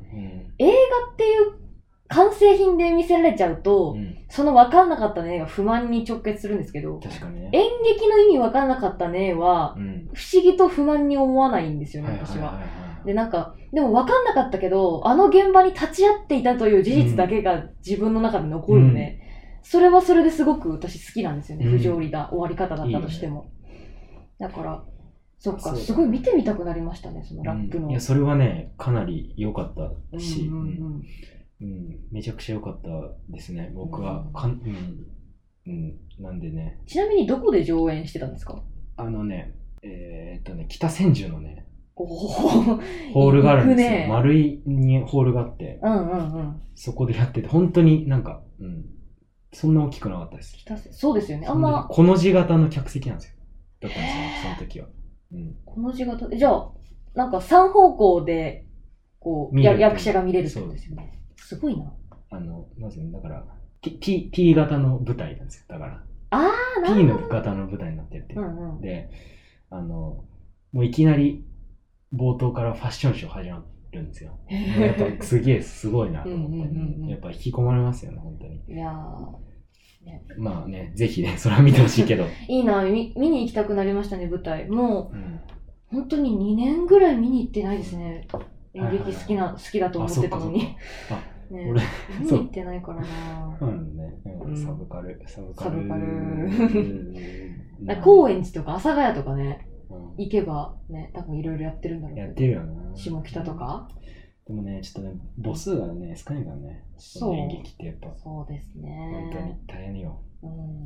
S2: 映画っていう完成品で見せられちゃうと、
S1: うん
S2: その分かんなかったねが不満に直結するんですけど、
S1: 確かにね
S2: 演劇の意味分かんなかったねは、
S1: うん
S2: 不思議と不満に思わないんですよね、私は。で、なんか、でも分かんなかったけど、あの現場に立ち会っていたという事実だけが自分の中で残るので、それはそれですごく私好きなんですよね。
S1: うん
S2: 不条理だ、終わり方だったとしても。だから、そっ
S1: そう
S2: か、
S1: だ
S2: すごい見てみたくなりましたね、その
S1: は
S2: ラ
S1: いはいはい
S2: ップ
S1: う
S2: の。
S1: んいやそれはねかなり良かったし、
S2: うんうんうん
S1: うんめちゃくちゃ良かったですね僕はかん、うんうん、なんでね
S2: ちなみにどこで上演してたんですか
S1: あのね、えーっとね、北千住のね、
S2: おお
S1: ホールがあるんですよ。
S2: 行くね
S1: 丸いにホールがあって、
S2: うんうんうん。
S1: そこでやってて、本当になんか、うん、そんな大きくなかったです。
S2: 北千そうですよね。あんま、
S1: この字型の客席なんですよ。だったんですよ、その時は。うん、
S2: この字型で、じゃあ、なんか3方向で、こう、
S1: 見れ
S2: や
S1: る
S2: 役者が見れるってことですよね。すごいな。
S1: あの、なんですよね、だから、T- T, T 型の舞台なんですよ。だから、
S2: あーな
S1: T の型の舞台になってるって
S2: う。ん うん。
S1: で、あの、もういきなり冒頭からファッションショー始まるんですよ。もうやっぱすげえすごいなと思って、
S2: うんうんうんうん
S1: うんやっぱ引き込まれますよね、本当に。
S2: いや
S1: まあね、ぜひね、 それは見てほしいけど。
S2: ーいいな見、見に行きたくなりましたね、舞台。も
S1: うん
S2: う、本当に2年ぐらい見に行ってないですね。演劇好きな、好きだと
S1: あ、
S2: 思っ
S1: そって
S2: た
S1: かそ
S2: の
S1: っ
S2: に。
S1: か。あ、
S2: ね
S1: 俺、
S2: 見に行ってないからな
S1: そう なんだね。う、
S2: うんん
S1: サブカル、サブカル。
S2: サブカル
S1: うん
S2: なんか高円寺とか阿佐ヶ谷とかね、
S1: うん
S2: 行けばね、多分いろいろやってるんだろう
S1: やっ
S2: け
S1: てるよな。
S2: ど。下北と。か
S1: でもね、ちょっとね、母数がね、少ないからね。
S2: そう
S1: の演劇ってやっぱ、
S2: そうですね。
S1: 本当に大変よ。
S2: うん。